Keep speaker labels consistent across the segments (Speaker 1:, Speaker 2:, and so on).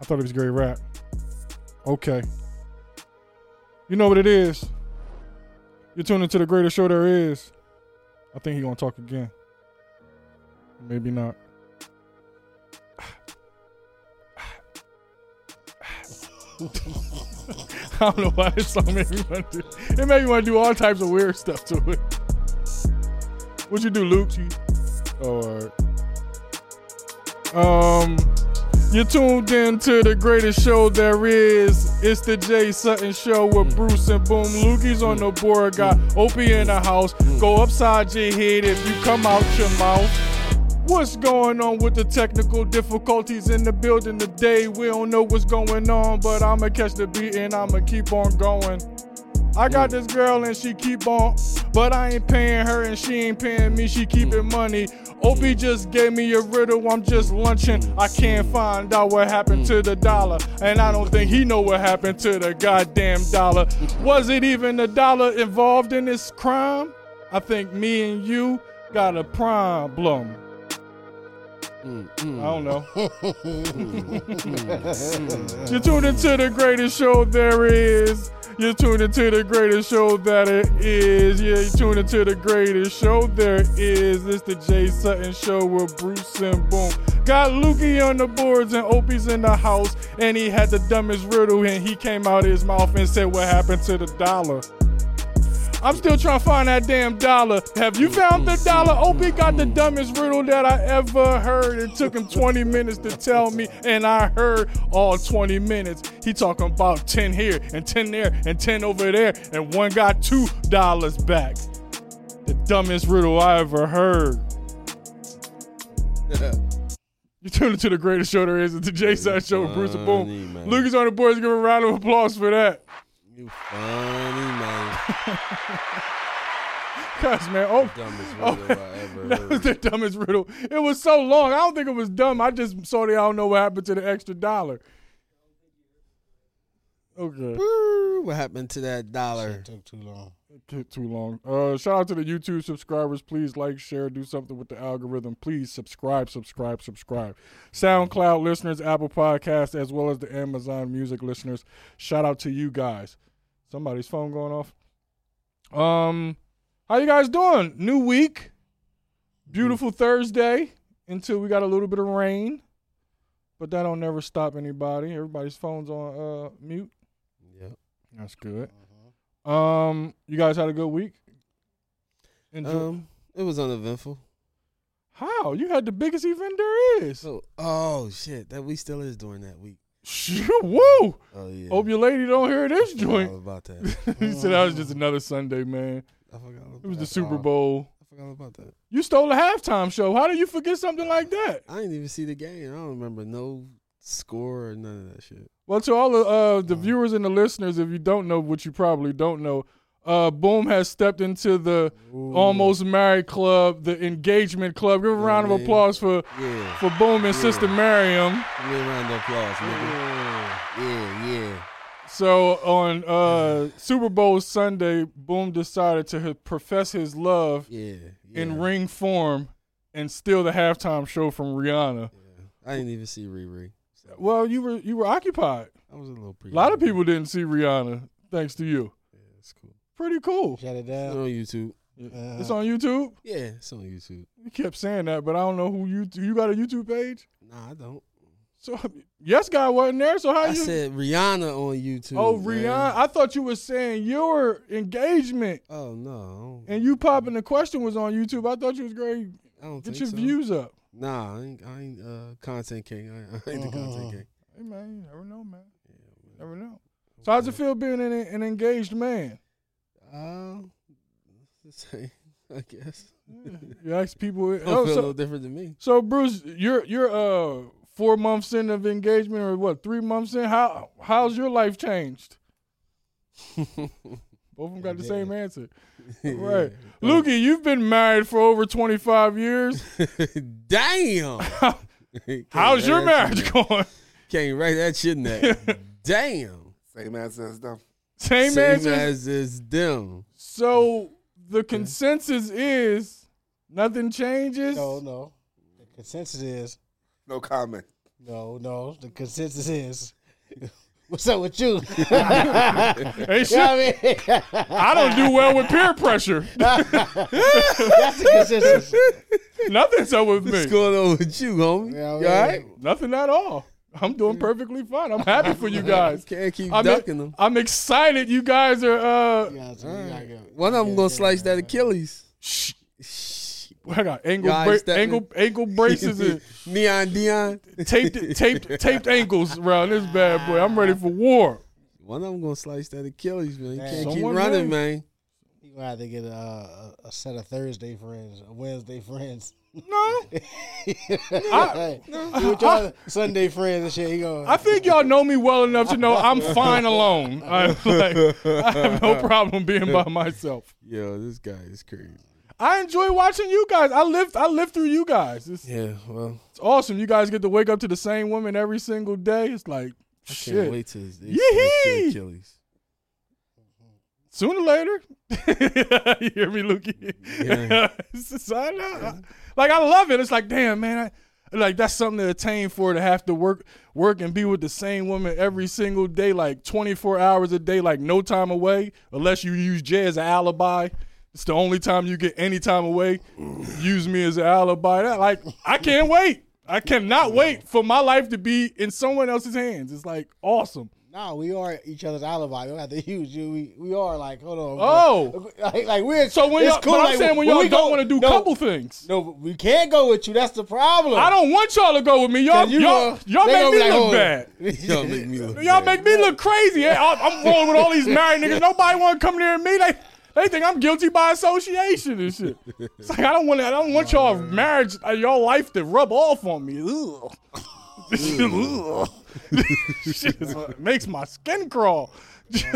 Speaker 1: I thought it was Gary Rap. Okay. You know what it is. You're tuning to the greatest show there is. I think he gonna talk again. Maybe not. I don't know why this song made me want to. It made me want to do all types of weird stuff to it. What you do, Luke? You- Oh, all right. Um, you're tuned in to the greatest show there is. It's the Jay Sutton Show with Bruce and Boom. Lukey's on the board, got Opie in the house. Go upside your head if you come out your mouth. What's going on with the technical difficulties in the building today? We don't know what's going on, but I'ma catch the beat and I'ma keep on going. I got this girl and she keep on, but I ain't paying her and she ain't paying me. She keeping money. Opie just gave me a riddle. I'm just lunching. I can't find out what happened to the dollar, and I don't think he know what happened to the goddamn dollar. Was it even the dollar involved in this crime? I think me and you got a problem. I don't know. You're tuned into the greatest show there is. You're tuned into the greatest show that it is. Yeah, you're tuned into the greatest show there is. It's the Jay Sutton Show with Bruce and Boom. Got Lukey on the boards and Opie's in the house. And he had the dumbest riddle and he came out his mouth and said what happened to the dollar. I'm still trying to find that damn dollar. Have you found the dollar? Opie got the dumbest riddle that I ever heard. It took him 20 minutes to tell me, and I heard all 20 minutes. He talking about 10 here and 10 there and 10 over there, and one got two dollars back. The dumbest riddle I ever heard. You tuned into the greatest show there is. It's the J Side Show with Bruce and
Speaker 2: Funny,
Speaker 1: Boom.
Speaker 2: man.
Speaker 1: Lucas on the boards. Give a round of applause for that.
Speaker 2: You funny man.
Speaker 1: Cause man, oh,
Speaker 2: Dumbest
Speaker 1: Oh,
Speaker 2: video I ever
Speaker 1: That was
Speaker 2: heard.
Speaker 1: the dumbest riddle. It was so long. I don't think it was dumb. I just saw that I don't know what happened to the extra dollar. Okay.
Speaker 2: Woo, What happened to that dollar?
Speaker 3: Took too long.
Speaker 1: Took too long. Uh, shout out to the YouTube subscribers. Please like, share, do something with the algorithm. Please subscribe, subscribe, subscribe. SoundCloud listeners, Apple Podcasts, as well as the Amazon Music listeners. Shout out to you guys. Somebody's phone going off. Um, how you guys doing? New week, beautiful Thursday. Until we got a little bit of rain, but that don't never stop anybody. Everybody's phones on uh mute.
Speaker 2: Yep.
Speaker 1: That's good. Um, you guys had a good week. Enjoy-
Speaker 2: Um, it was uneventful.
Speaker 1: How you had the biggest event there is?
Speaker 2: So, oh shit, that we still is during that week.
Speaker 1: Shoo, Woo!
Speaker 2: Oh yeah.
Speaker 1: Hope your lady don't hear this
Speaker 2: All
Speaker 1: joint.
Speaker 2: about that.
Speaker 1: he said that was just another Sunday, man.
Speaker 2: I forgot. About
Speaker 1: It was the
Speaker 2: that.
Speaker 1: Super Bowl.
Speaker 2: I forgot about that.
Speaker 1: You stole a halftime show. How do you forget something like that?
Speaker 2: I didn't even see the game. I don't remember no score or none of that shit.
Speaker 1: Well, to all the, uh,
Speaker 2: Mm.
Speaker 1: the viewers and the listeners, if you don't know what you probably don't know, uh, Boom has stepped into the Almost Married Club, the engagement club. Give a round of
Speaker 2: man.
Speaker 1: applause for
Speaker 2: Yeah.
Speaker 1: for Boom and Sister Miriam.
Speaker 2: Give me a round of applause, nigga. Yeah, yeah.
Speaker 1: So on uh,
Speaker 2: Mm-hmm.
Speaker 1: Super Bowl Sunday, Boom decided to h- profess his love
Speaker 2: Yeah. yeah.
Speaker 1: in ring form and steal the halftime show from Rihanna.
Speaker 2: I didn't even see Riri.
Speaker 1: Well, you were you were occupied.
Speaker 2: I was a little pre.
Speaker 1: A lot of people didn't see Rihanna, thanks to you.
Speaker 2: Yeah, it's cool.
Speaker 1: Pretty cool.
Speaker 3: Shut it
Speaker 2: It's
Speaker 3: down.
Speaker 2: on YouTube.
Speaker 1: It's on YouTube.
Speaker 2: Yeah, it's on YouTube.
Speaker 1: You kept saying that, but I don't know who you you got a YouTube page.
Speaker 2: Nah, I don't.
Speaker 1: So yes, guy wasn't there. So how
Speaker 2: I
Speaker 1: you?
Speaker 2: said Rihanna on YouTube.
Speaker 1: oh,
Speaker 2: man.
Speaker 1: Rihanna. I thought you were saying your engagement
Speaker 2: Oh no, I don't,
Speaker 1: and you popping the question was on YouTube. I thought you was great.
Speaker 2: I don't
Speaker 1: Get
Speaker 2: think
Speaker 1: your
Speaker 2: so.
Speaker 1: views up.
Speaker 2: Nah, I ain't, I ain't uh, content king. I, ain't- I
Speaker 1: Uh-huh.
Speaker 2: ain't the content king.
Speaker 1: Hey man, you never know, man. Never know. So how's it feel being an, an engaged man?
Speaker 2: Um, the same, I guess.
Speaker 1: You ask people.
Speaker 2: Don't
Speaker 1: Oh,
Speaker 2: feel no
Speaker 1: so,
Speaker 2: different than me.
Speaker 1: so Bruce, you're you're uh four months in of engagement, or what? Three months in? How how's your life changed? Both of them got the same answer, right? Lukey, you've been married for over twenty five years.
Speaker 2: Damn. Came
Speaker 1: How's
Speaker 2: right
Speaker 1: your
Speaker 2: at
Speaker 1: marriage going?
Speaker 2: Came right at your neck. Damn.
Speaker 4: Same as us though.
Speaker 1: Same,
Speaker 2: Same
Speaker 1: answer.
Speaker 2: as is them.
Speaker 1: So the consensus is nothing changes.
Speaker 3: No, no. The consensus is
Speaker 4: No comment.
Speaker 3: No, no. The consensus is. What's up with you? you know
Speaker 1: Ain't shit.
Speaker 3: what I mean?
Speaker 1: I don't do well with peer pressure.
Speaker 3: That's the consensus.
Speaker 1: Nothing's up with
Speaker 2: What's
Speaker 1: me.
Speaker 2: going on with you, homie?
Speaker 3: Yeah,
Speaker 2: you all
Speaker 3: yeah.
Speaker 2: right?
Speaker 1: Nothing at all. I'm doing perfectly fine. I'm happy for you guys.
Speaker 2: Can't keep
Speaker 1: I'm,
Speaker 2: ducking them.
Speaker 1: I'm excited. You guys are. uh
Speaker 3: You gotta- you gotta go.
Speaker 2: One of them gonna slice that Achilles.
Speaker 1: shh. I got ankle,
Speaker 2: Guys,
Speaker 1: bra-
Speaker 2: that-
Speaker 1: ankle, ankle braces and
Speaker 2: Neon Dion.
Speaker 1: taped, taped, taped ankles around this bad boy. I'm ready for war.
Speaker 2: One of them gonna slice that Achilles, man. You
Speaker 3: Man.
Speaker 2: can't keep
Speaker 1: Someone
Speaker 2: running,
Speaker 1: may.
Speaker 2: man.
Speaker 3: You gonna have to get a, a, a set of Thursday friends, a Wednesday friends.
Speaker 1: No,
Speaker 3: Hey, you with your Sunday friends and shit. You go.
Speaker 1: I think y'all know me well enough to know I'm fine alone. I, like, I have no problem being by myself.
Speaker 2: Yo, this guy is crazy.
Speaker 1: I enjoy watching you guys. I lived, I lived through you guys. It's,
Speaker 2: Yeah, well,
Speaker 1: it's awesome. You guys get to wake up to the same woman every single day. It's like
Speaker 2: can't
Speaker 1: shit.
Speaker 2: wait till this they
Speaker 1: Yee-hee!
Speaker 2: slice your Achilles.
Speaker 1: sooner or later. you hear me, Lukey?
Speaker 2: Yeah.
Speaker 1: It's just- I know. Like I love it. It's like, damn, man, I, like that's something to attain for to have to work, work and be with the same woman every single day, like twenty four hours a day, like no time away, unless you use Jay as an alibi. It's the only time you get any time away. Use me as an alibi. That like I can't wait. I cannot wait for my life to be in someone else's hands. It's like awesome.
Speaker 3: No, we are each other's alibi. We don't have to use you. We, we are like, hold on.
Speaker 1: Oh.
Speaker 3: like, like we're
Speaker 1: So when
Speaker 3: it's
Speaker 1: y'all, but I'm
Speaker 3: like,
Speaker 1: saying when y'all
Speaker 3: we
Speaker 1: don't
Speaker 3: go-
Speaker 1: want to do
Speaker 3: no,
Speaker 1: couple things.
Speaker 3: No, but we can't go with you. That's the problem.
Speaker 1: I don't want y'all to go with me. Y'all,
Speaker 3: 'Cause you
Speaker 1: y'all,
Speaker 3: go-
Speaker 1: y'all
Speaker 3: they
Speaker 1: make
Speaker 3: gonna
Speaker 1: me
Speaker 3: be like,
Speaker 1: look
Speaker 3: hold on.
Speaker 1: bad.
Speaker 2: Y'all make me look.
Speaker 1: Y'all
Speaker 2: bad.
Speaker 1: make me look crazy. I- I'm, I'm rolling with all these married niggas. Nobody want to come near me. They, they think I'm guilty by association and shit. It's like I don't want, I don't want
Speaker 3: Oh,
Speaker 1: y'all marriage, uh, y'all life to rub off on me. Ugh. Ugh. shit is what makes my skin crawl.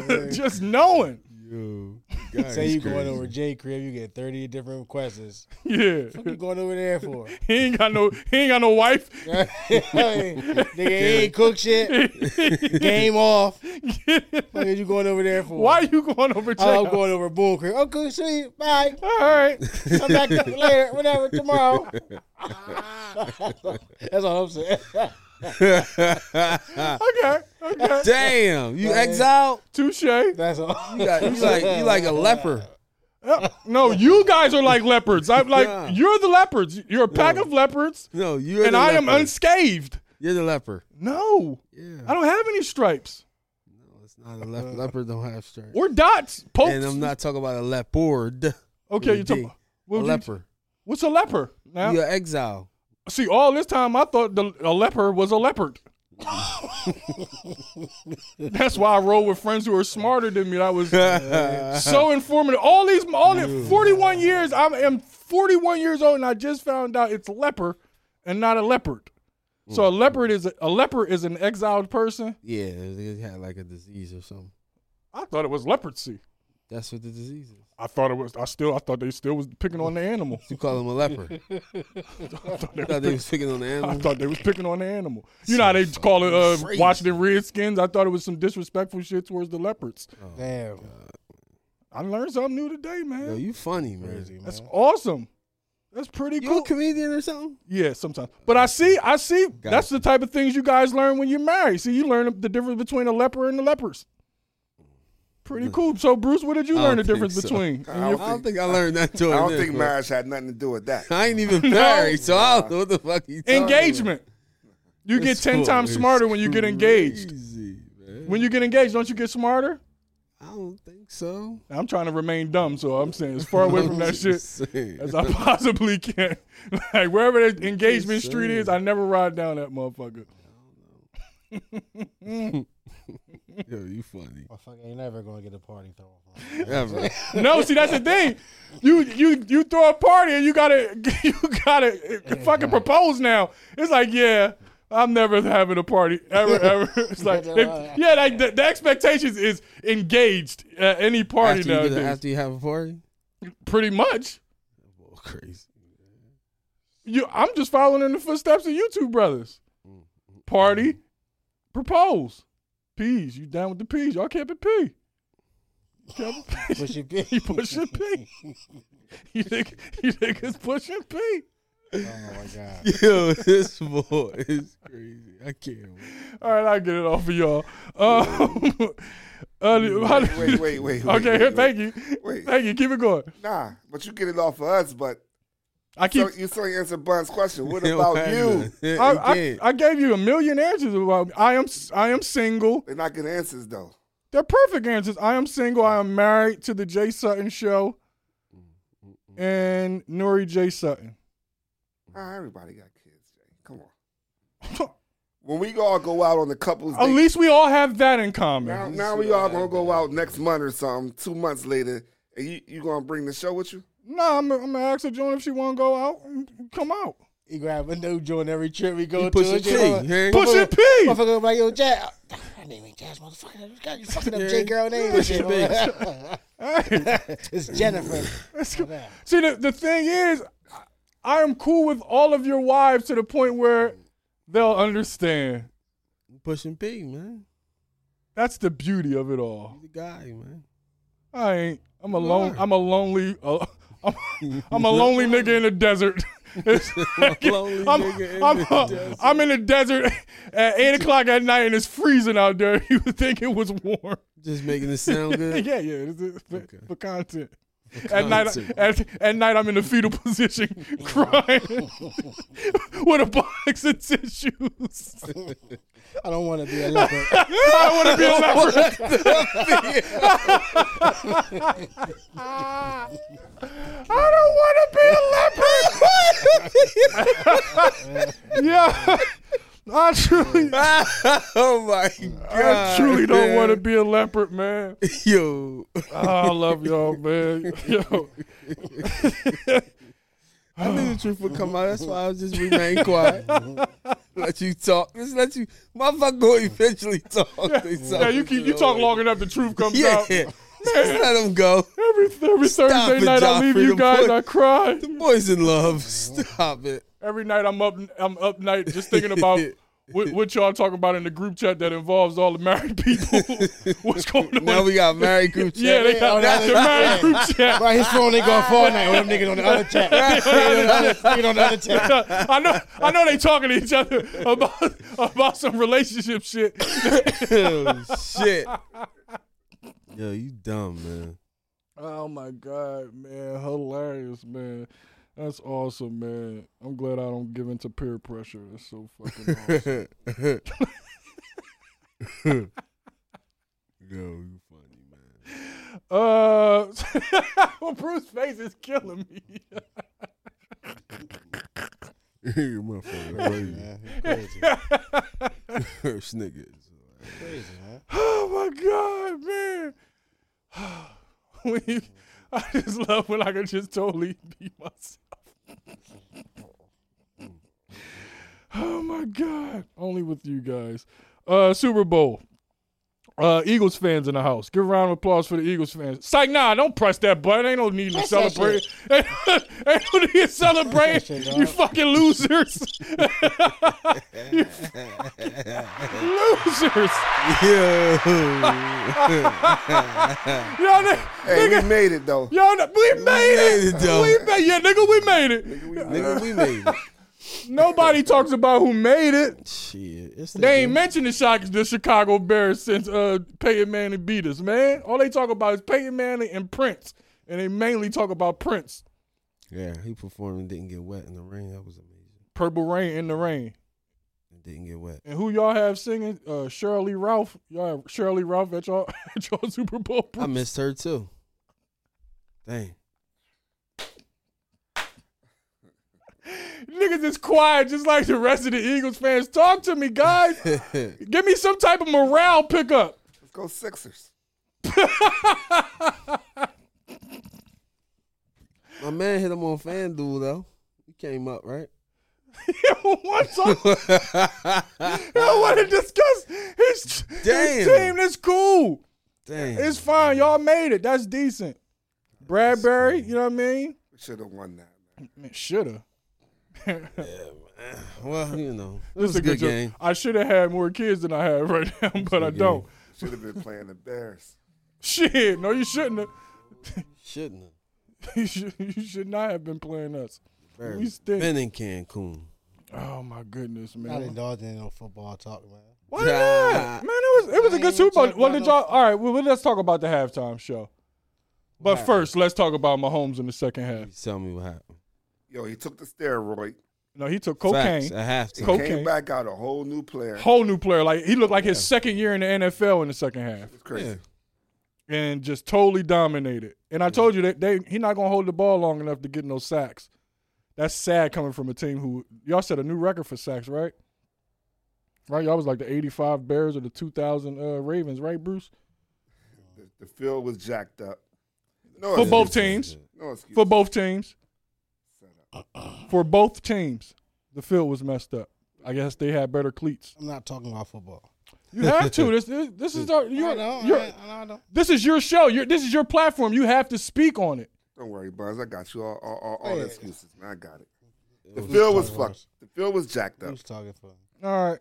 Speaker 3: Oh,
Speaker 1: Just knowing.
Speaker 2: Yo, guy
Speaker 3: Say
Speaker 2: is
Speaker 3: you
Speaker 2: crazy.
Speaker 3: going over J crib, you get thirty different questions.
Speaker 1: Yeah.
Speaker 3: What you going over there for?
Speaker 1: He ain't got no, he ain't got no wife.
Speaker 3: Nigga he ain't cook shit. Game off. What are you going over there for?
Speaker 1: Why you going over?
Speaker 3: Oh,
Speaker 1: Jay?
Speaker 3: I'm going over Bull Creek. Okay, see you. Bye.
Speaker 1: All right.
Speaker 3: Come back up later, whatever, tomorrow. That's all I'm saying.
Speaker 1: Okay. Okay.
Speaker 2: Damn, you
Speaker 3: Right.
Speaker 2: exiled.
Speaker 1: Touche.
Speaker 3: That's all.
Speaker 2: You, got, you like you like a leper.
Speaker 1: Uh, No, you guys are like leopards. I'm like
Speaker 2: Yeah.
Speaker 1: you're the leopards. You're a pack of leopards,
Speaker 2: No, you're
Speaker 1: and
Speaker 2: the
Speaker 1: I
Speaker 2: leper.
Speaker 1: am unscathed.
Speaker 2: You're the leper.
Speaker 1: No,
Speaker 2: Yeah,
Speaker 1: I don't have any stripes
Speaker 2: no, it's not a
Speaker 1: Uh,
Speaker 2: leper. Leopard don't have stripes.
Speaker 1: or dots. Pokes.
Speaker 2: And I'm not talking about a leopard.
Speaker 1: okay,
Speaker 2: with
Speaker 1: you're
Speaker 2: a
Speaker 1: talking.
Speaker 2: D. A
Speaker 1: what would you-
Speaker 2: leper.
Speaker 1: What's a leper? Now,
Speaker 2: You're exile.
Speaker 1: see, all this time I thought the, a leper was a leopard. That's why I roll with friends who are smarter than me. I was so informative. All these, all the, 41 years. I am 41 years old, and I just found out it's leper, and not a leopard. So
Speaker 2: Mm.
Speaker 1: a leopard is a, a leopard is an exiled person.
Speaker 2: yeah, they had like a disease or something.
Speaker 1: I thought it was leprosy.
Speaker 2: That's what the disease is.
Speaker 1: I thought it was. I still. I thought they still was picking on the animal.
Speaker 2: You call him a leper. I thought they was picking on the
Speaker 1: I
Speaker 2: animal.
Speaker 1: thought they was picking on the animal. You know how they call it uh,
Speaker 2: crazy.
Speaker 1: Washington Redskins. I thought it was some disrespectful shit towards the leopards.
Speaker 3: Damn.
Speaker 1: I learned something new today, man.
Speaker 2: Yo, you funny, man.
Speaker 3: Crazy,
Speaker 1: That's
Speaker 3: man.
Speaker 1: awesome. That's pretty
Speaker 2: You
Speaker 1: cool.
Speaker 2: a comedian or something?
Speaker 1: Yeah, sometimes. But I see, I see. That's the type of things you guys learn when you're married. See, you learn the difference between a leper and the lepers. Pretty cool. So, Bruce, what did you
Speaker 2: I
Speaker 1: learn the
Speaker 2: don't
Speaker 1: difference
Speaker 2: think so.
Speaker 1: between?
Speaker 4: I don't
Speaker 2: I don't
Speaker 4: think-
Speaker 2: think I learned that till
Speaker 4: I don't
Speaker 2: then,
Speaker 4: think
Speaker 2: bro.
Speaker 4: marriage had nothing to do with that.
Speaker 2: I ain't even married, so I don't know what the fuck he talking about.
Speaker 1: Engagement. You get
Speaker 2: This
Speaker 1: ten
Speaker 2: fool
Speaker 1: times
Speaker 2: is
Speaker 1: smarter when you get engaged.
Speaker 2: Crazy, man.
Speaker 1: When you get engaged, don't you get smarter?
Speaker 2: I don't think so.
Speaker 1: I'm trying to remain dumb, so I'm saying as far away from that shit as I possibly can. Like wherever that engagement street is, I never ride down that motherfucker.
Speaker 2: Yo, you funny.
Speaker 3: Motherfucker ain't never gonna get a party thrown. for him.
Speaker 2: Ever.
Speaker 1: No, see that's the thing. You you you throw a party and you gotta you gotta fucking propose now. It's like yeah, I'm never having a party ever ever. It's like they- yeah, like the, the expectations is engaged at any party
Speaker 2: after, you
Speaker 1: nowadays.
Speaker 2: get a- after you have a party?
Speaker 1: Pretty much.
Speaker 2: Oh, crazy.
Speaker 1: You, I'm just following in the footsteps of you two brothers. Party, propose, peas. You down with the peas? Y'all kept it P. Kept it P.
Speaker 3: But she
Speaker 1: You pushing P. You think you think it's pushing P.
Speaker 3: Oh my god.
Speaker 2: Yo, this boy is crazy. I can't. wait.
Speaker 1: All right, I'll get it off of y'all. Um, uh, how do-
Speaker 4: Wait, wait, wait. wait
Speaker 1: okay,
Speaker 4: wait,
Speaker 1: thank you.
Speaker 4: Wait.
Speaker 1: Thank you. Keep it going.
Speaker 4: Nah, but you get it off for us, but
Speaker 1: I keep.
Speaker 4: so you still ain't answer Bun's question. What
Speaker 2: Yo,
Speaker 4: about
Speaker 2: I
Speaker 4: you?
Speaker 2: know.
Speaker 1: I,
Speaker 2: He
Speaker 1: I,
Speaker 2: can't.
Speaker 1: I gave you a million answers about I am s- I am single.
Speaker 4: They're not good answers though.
Speaker 1: They're perfect answers. I am single. I am married to the Jay Sutton show and Nori J Sutton.
Speaker 4: Ah, everybody got kids, Jay. Come on. When we all go out on the couples
Speaker 1: At
Speaker 4: date,
Speaker 1: least we all have that in common.
Speaker 4: now, now we all gonna go out next month or something, two months later, and you, you gonna bring the show with you?
Speaker 1: No, I'm, I'm gonna ask her Joan if she wanna go out and come out.
Speaker 3: He grab a new joint every trip we go
Speaker 2: He
Speaker 3: to.
Speaker 2: pushing
Speaker 3: It's just
Speaker 2: T.
Speaker 3: like,
Speaker 2: hey?
Speaker 1: Push it, P.
Speaker 3: Motherfucker was like, yo, Jazz. I name ain't Jazz, motherfucker. You got- You fucking up J girl name and shit. it's Jennifer.
Speaker 1: See, the, the thing is, I- I am cool with all of your wives to the point where they'll understand.
Speaker 2: Pushing P, man.
Speaker 1: That's the beauty of it all.
Speaker 2: He's a guy, man.
Speaker 1: I ain't. I'm a lone. I'm a lonely. Uh, I'm, I'm a lonely nigga in the desert. It's-
Speaker 2: Lonely
Speaker 1: I'm,
Speaker 2: nigga in
Speaker 1: I'm,
Speaker 2: the
Speaker 1: uh,
Speaker 2: desert.
Speaker 1: I'm in the desert at eight o'clock at night and it's freezing out there. You would think it was warm.
Speaker 2: Just making it sound good.
Speaker 1: yeah, yeah. It's, it's for,
Speaker 2: Okay.
Speaker 1: for content. At night,
Speaker 2: content.
Speaker 1: at, at night, I'm in the fetal position, crying with a box of tissues.
Speaker 3: I don't want to be a leopard.
Speaker 1: I want to be a leopard. I don't want to be a leopard. yeah, I truly,
Speaker 2: oh my god.
Speaker 1: I truly don't
Speaker 2: Ah, man.
Speaker 1: want to be a leopard, man. Ah,
Speaker 2: Yo.
Speaker 1: I love y'all, man. Yo,
Speaker 2: I knew the truth would come out. That's why I was just remain quiet. let you talk. Just let you. Motherfucker will eventually talk. They
Speaker 1: yeah, you keep you talk long enough, the truth comes
Speaker 2: Yeah.
Speaker 1: out.
Speaker 2: Just let him go.
Speaker 1: Every every Thursday
Speaker 2: it,
Speaker 1: night, I leave
Speaker 2: Joffrey,
Speaker 1: you
Speaker 2: the
Speaker 1: guys.
Speaker 2: boy-
Speaker 1: I cry.
Speaker 2: The boy's in love. Stop it.
Speaker 1: Every night, I'm up. I'm up night just thinking about. What, what y'all talking about in the group chat that involves all the married people? What's going on?
Speaker 2: Now we got married group chat.
Speaker 1: yeah, they
Speaker 3: Oh,
Speaker 1: got
Speaker 3: that's
Speaker 1: the married group chat.
Speaker 3: Bro, his phone ain't going Fortnite with them niggas on the other chat. Niggas on the other chat.
Speaker 1: I know, I know they talking to each other about about some relationship shit.
Speaker 2: Oh, shit. Yo, you dumb man.
Speaker 1: Oh my god, man, hilarious, man. That's awesome, man. I'm glad I don't give into peer pressure. That's so fucking awesome.
Speaker 2: Yo, you funny man.
Speaker 1: Uh, well, Bruce's face is killing me.
Speaker 2: You're my fucking crazy.
Speaker 3: Crazy,
Speaker 2: First nigga.
Speaker 3: crazy, man.
Speaker 1: Oh my god, man. When you- I just love when I can just totally be myself. oh my god. Only with you guys. Uh Super Bowl. Uh Eagles fans in the house. Give a round of applause for the Eagles fans. Psych, nah, don't press that button. Ain't no need to
Speaker 3: Press that
Speaker 1: celebrate. Ain't no need to celebrate.
Speaker 3: shit,
Speaker 1: you
Speaker 3: dog.
Speaker 1: fucking losers. you fucking losers. Y'all, ni-
Speaker 4: Hey,
Speaker 1: nigga,
Speaker 4: we made it though.
Speaker 1: y'all, ni- we made it.
Speaker 2: made it, though.
Speaker 1: We made, yeah, nigga, we made it.
Speaker 2: Nigga, we made it.
Speaker 1: Nobody talks about who made it.
Speaker 2: Shit, it's that
Speaker 1: They ain't
Speaker 2: damn-
Speaker 1: mentioned the, Chi- the Chicago Bears since uh, Peyton Manning beat us, man. All they talk about is Peyton Manning and Prince, and they mainly talk about Prince.
Speaker 2: Yeah, he performed and didn't get wet in the rain. That was amazing.
Speaker 1: Purple Rain in the rain.
Speaker 2: It didn't get wet.
Speaker 1: And who y'all have singing? Uh, Shirley Ralph. Y'all have Shirley Ralph at y'all, at y'all Super Bowl.
Speaker 2: I missed her too. Dang.
Speaker 1: Niggas is quiet, just like the rest of the Eagles fans. Talk to me, guys. Give me some type of morale pickup.
Speaker 4: Let's go Sixers.
Speaker 2: My man hit him on FanDuel though. He came up right.
Speaker 1: He don't want to, he don't want to discuss his, his
Speaker 2: Damn.
Speaker 1: team. It's cool.
Speaker 2: Dang.
Speaker 1: It's fine. Y'all made it. That's decent. Bradbury, you know what I mean?
Speaker 4: We should have won that.
Speaker 1: Man, shoulda.
Speaker 2: well, you know, it
Speaker 1: This
Speaker 2: was
Speaker 1: is
Speaker 2: a good game.
Speaker 1: I should have had more kids than I have right now, but I
Speaker 2: good
Speaker 1: don't.
Speaker 2: game.
Speaker 4: Should have been playing the Bears.
Speaker 1: Shit, no, you shouldn't have.
Speaker 2: Shouldn't have.
Speaker 1: You should, you should not have been playing us. We stink.
Speaker 2: Been in Cancun.
Speaker 1: Oh my goodness,
Speaker 3: Not
Speaker 1: man.
Speaker 3: indulging in no football talk, man.
Speaker 1: Why not? Man, it was it was a good Super Bowl. Well, did y'all? All right, well, let's talk about the halftime show. But first, let's talk about Mahomes in the second half.
Speaker 2: You tell me what happened.
Speaker 4: Yo, he took the steroid.
Speaker 1: No, he took cocaine.
Speaker 2: Facts, I have to.
Speaker 4: He
Speaker 1: Cocaine.
Speaker 4: came back out a whole new player.
Speaker 1: Whole new player. Like he looked like his second year in the NFL in the second half,
Speaker 4: It's crazy.
Speaker 2: Yeah.
Speaker 1: and just totally dominated. And I told you that they he not gonna hold the ball long enough to get no sacks. That's sad coming from a team who y'all set a new record for sacks, right? Right, y'all was like the '85 Bears or the 2000 uh, Ravens, right, Bruce?
Speaker 4: The, the field was jacked up.
Speaker 2: Oh,
Speaker 4: No,
Speaker 1: For
Speaker 4: excuse-
Speaker 1: both teams.
Speaker 4: No excuse.
Speaker 1: For both teams.
Speaker 4: Shut up.
Speaker 2: Uh-uh.
Speaker 1: For both teams, the field was messed up. I guess they had better cleats.
Speaker 3: I'm not talking about football.
Speaker 1: You have to. This this, this is our, your,
Speaker 3: I know,
Speaker 1: your-
Speaker 3: I know, I know.
Speaker 1: this is your show. Your, this is your platform. You have to speak on it.
Speaker 4: Don't worry, Buzz. I got you all, all, all, all the
Speaker 3: Oh, Yeah.
Speaker 4: excuses. Man, I got it. The field was
Speaker 3: talking about
Speaker 4: fucked. The field was jacked up.
Speaker 3: Who's talking for?
Speaker 1: All right.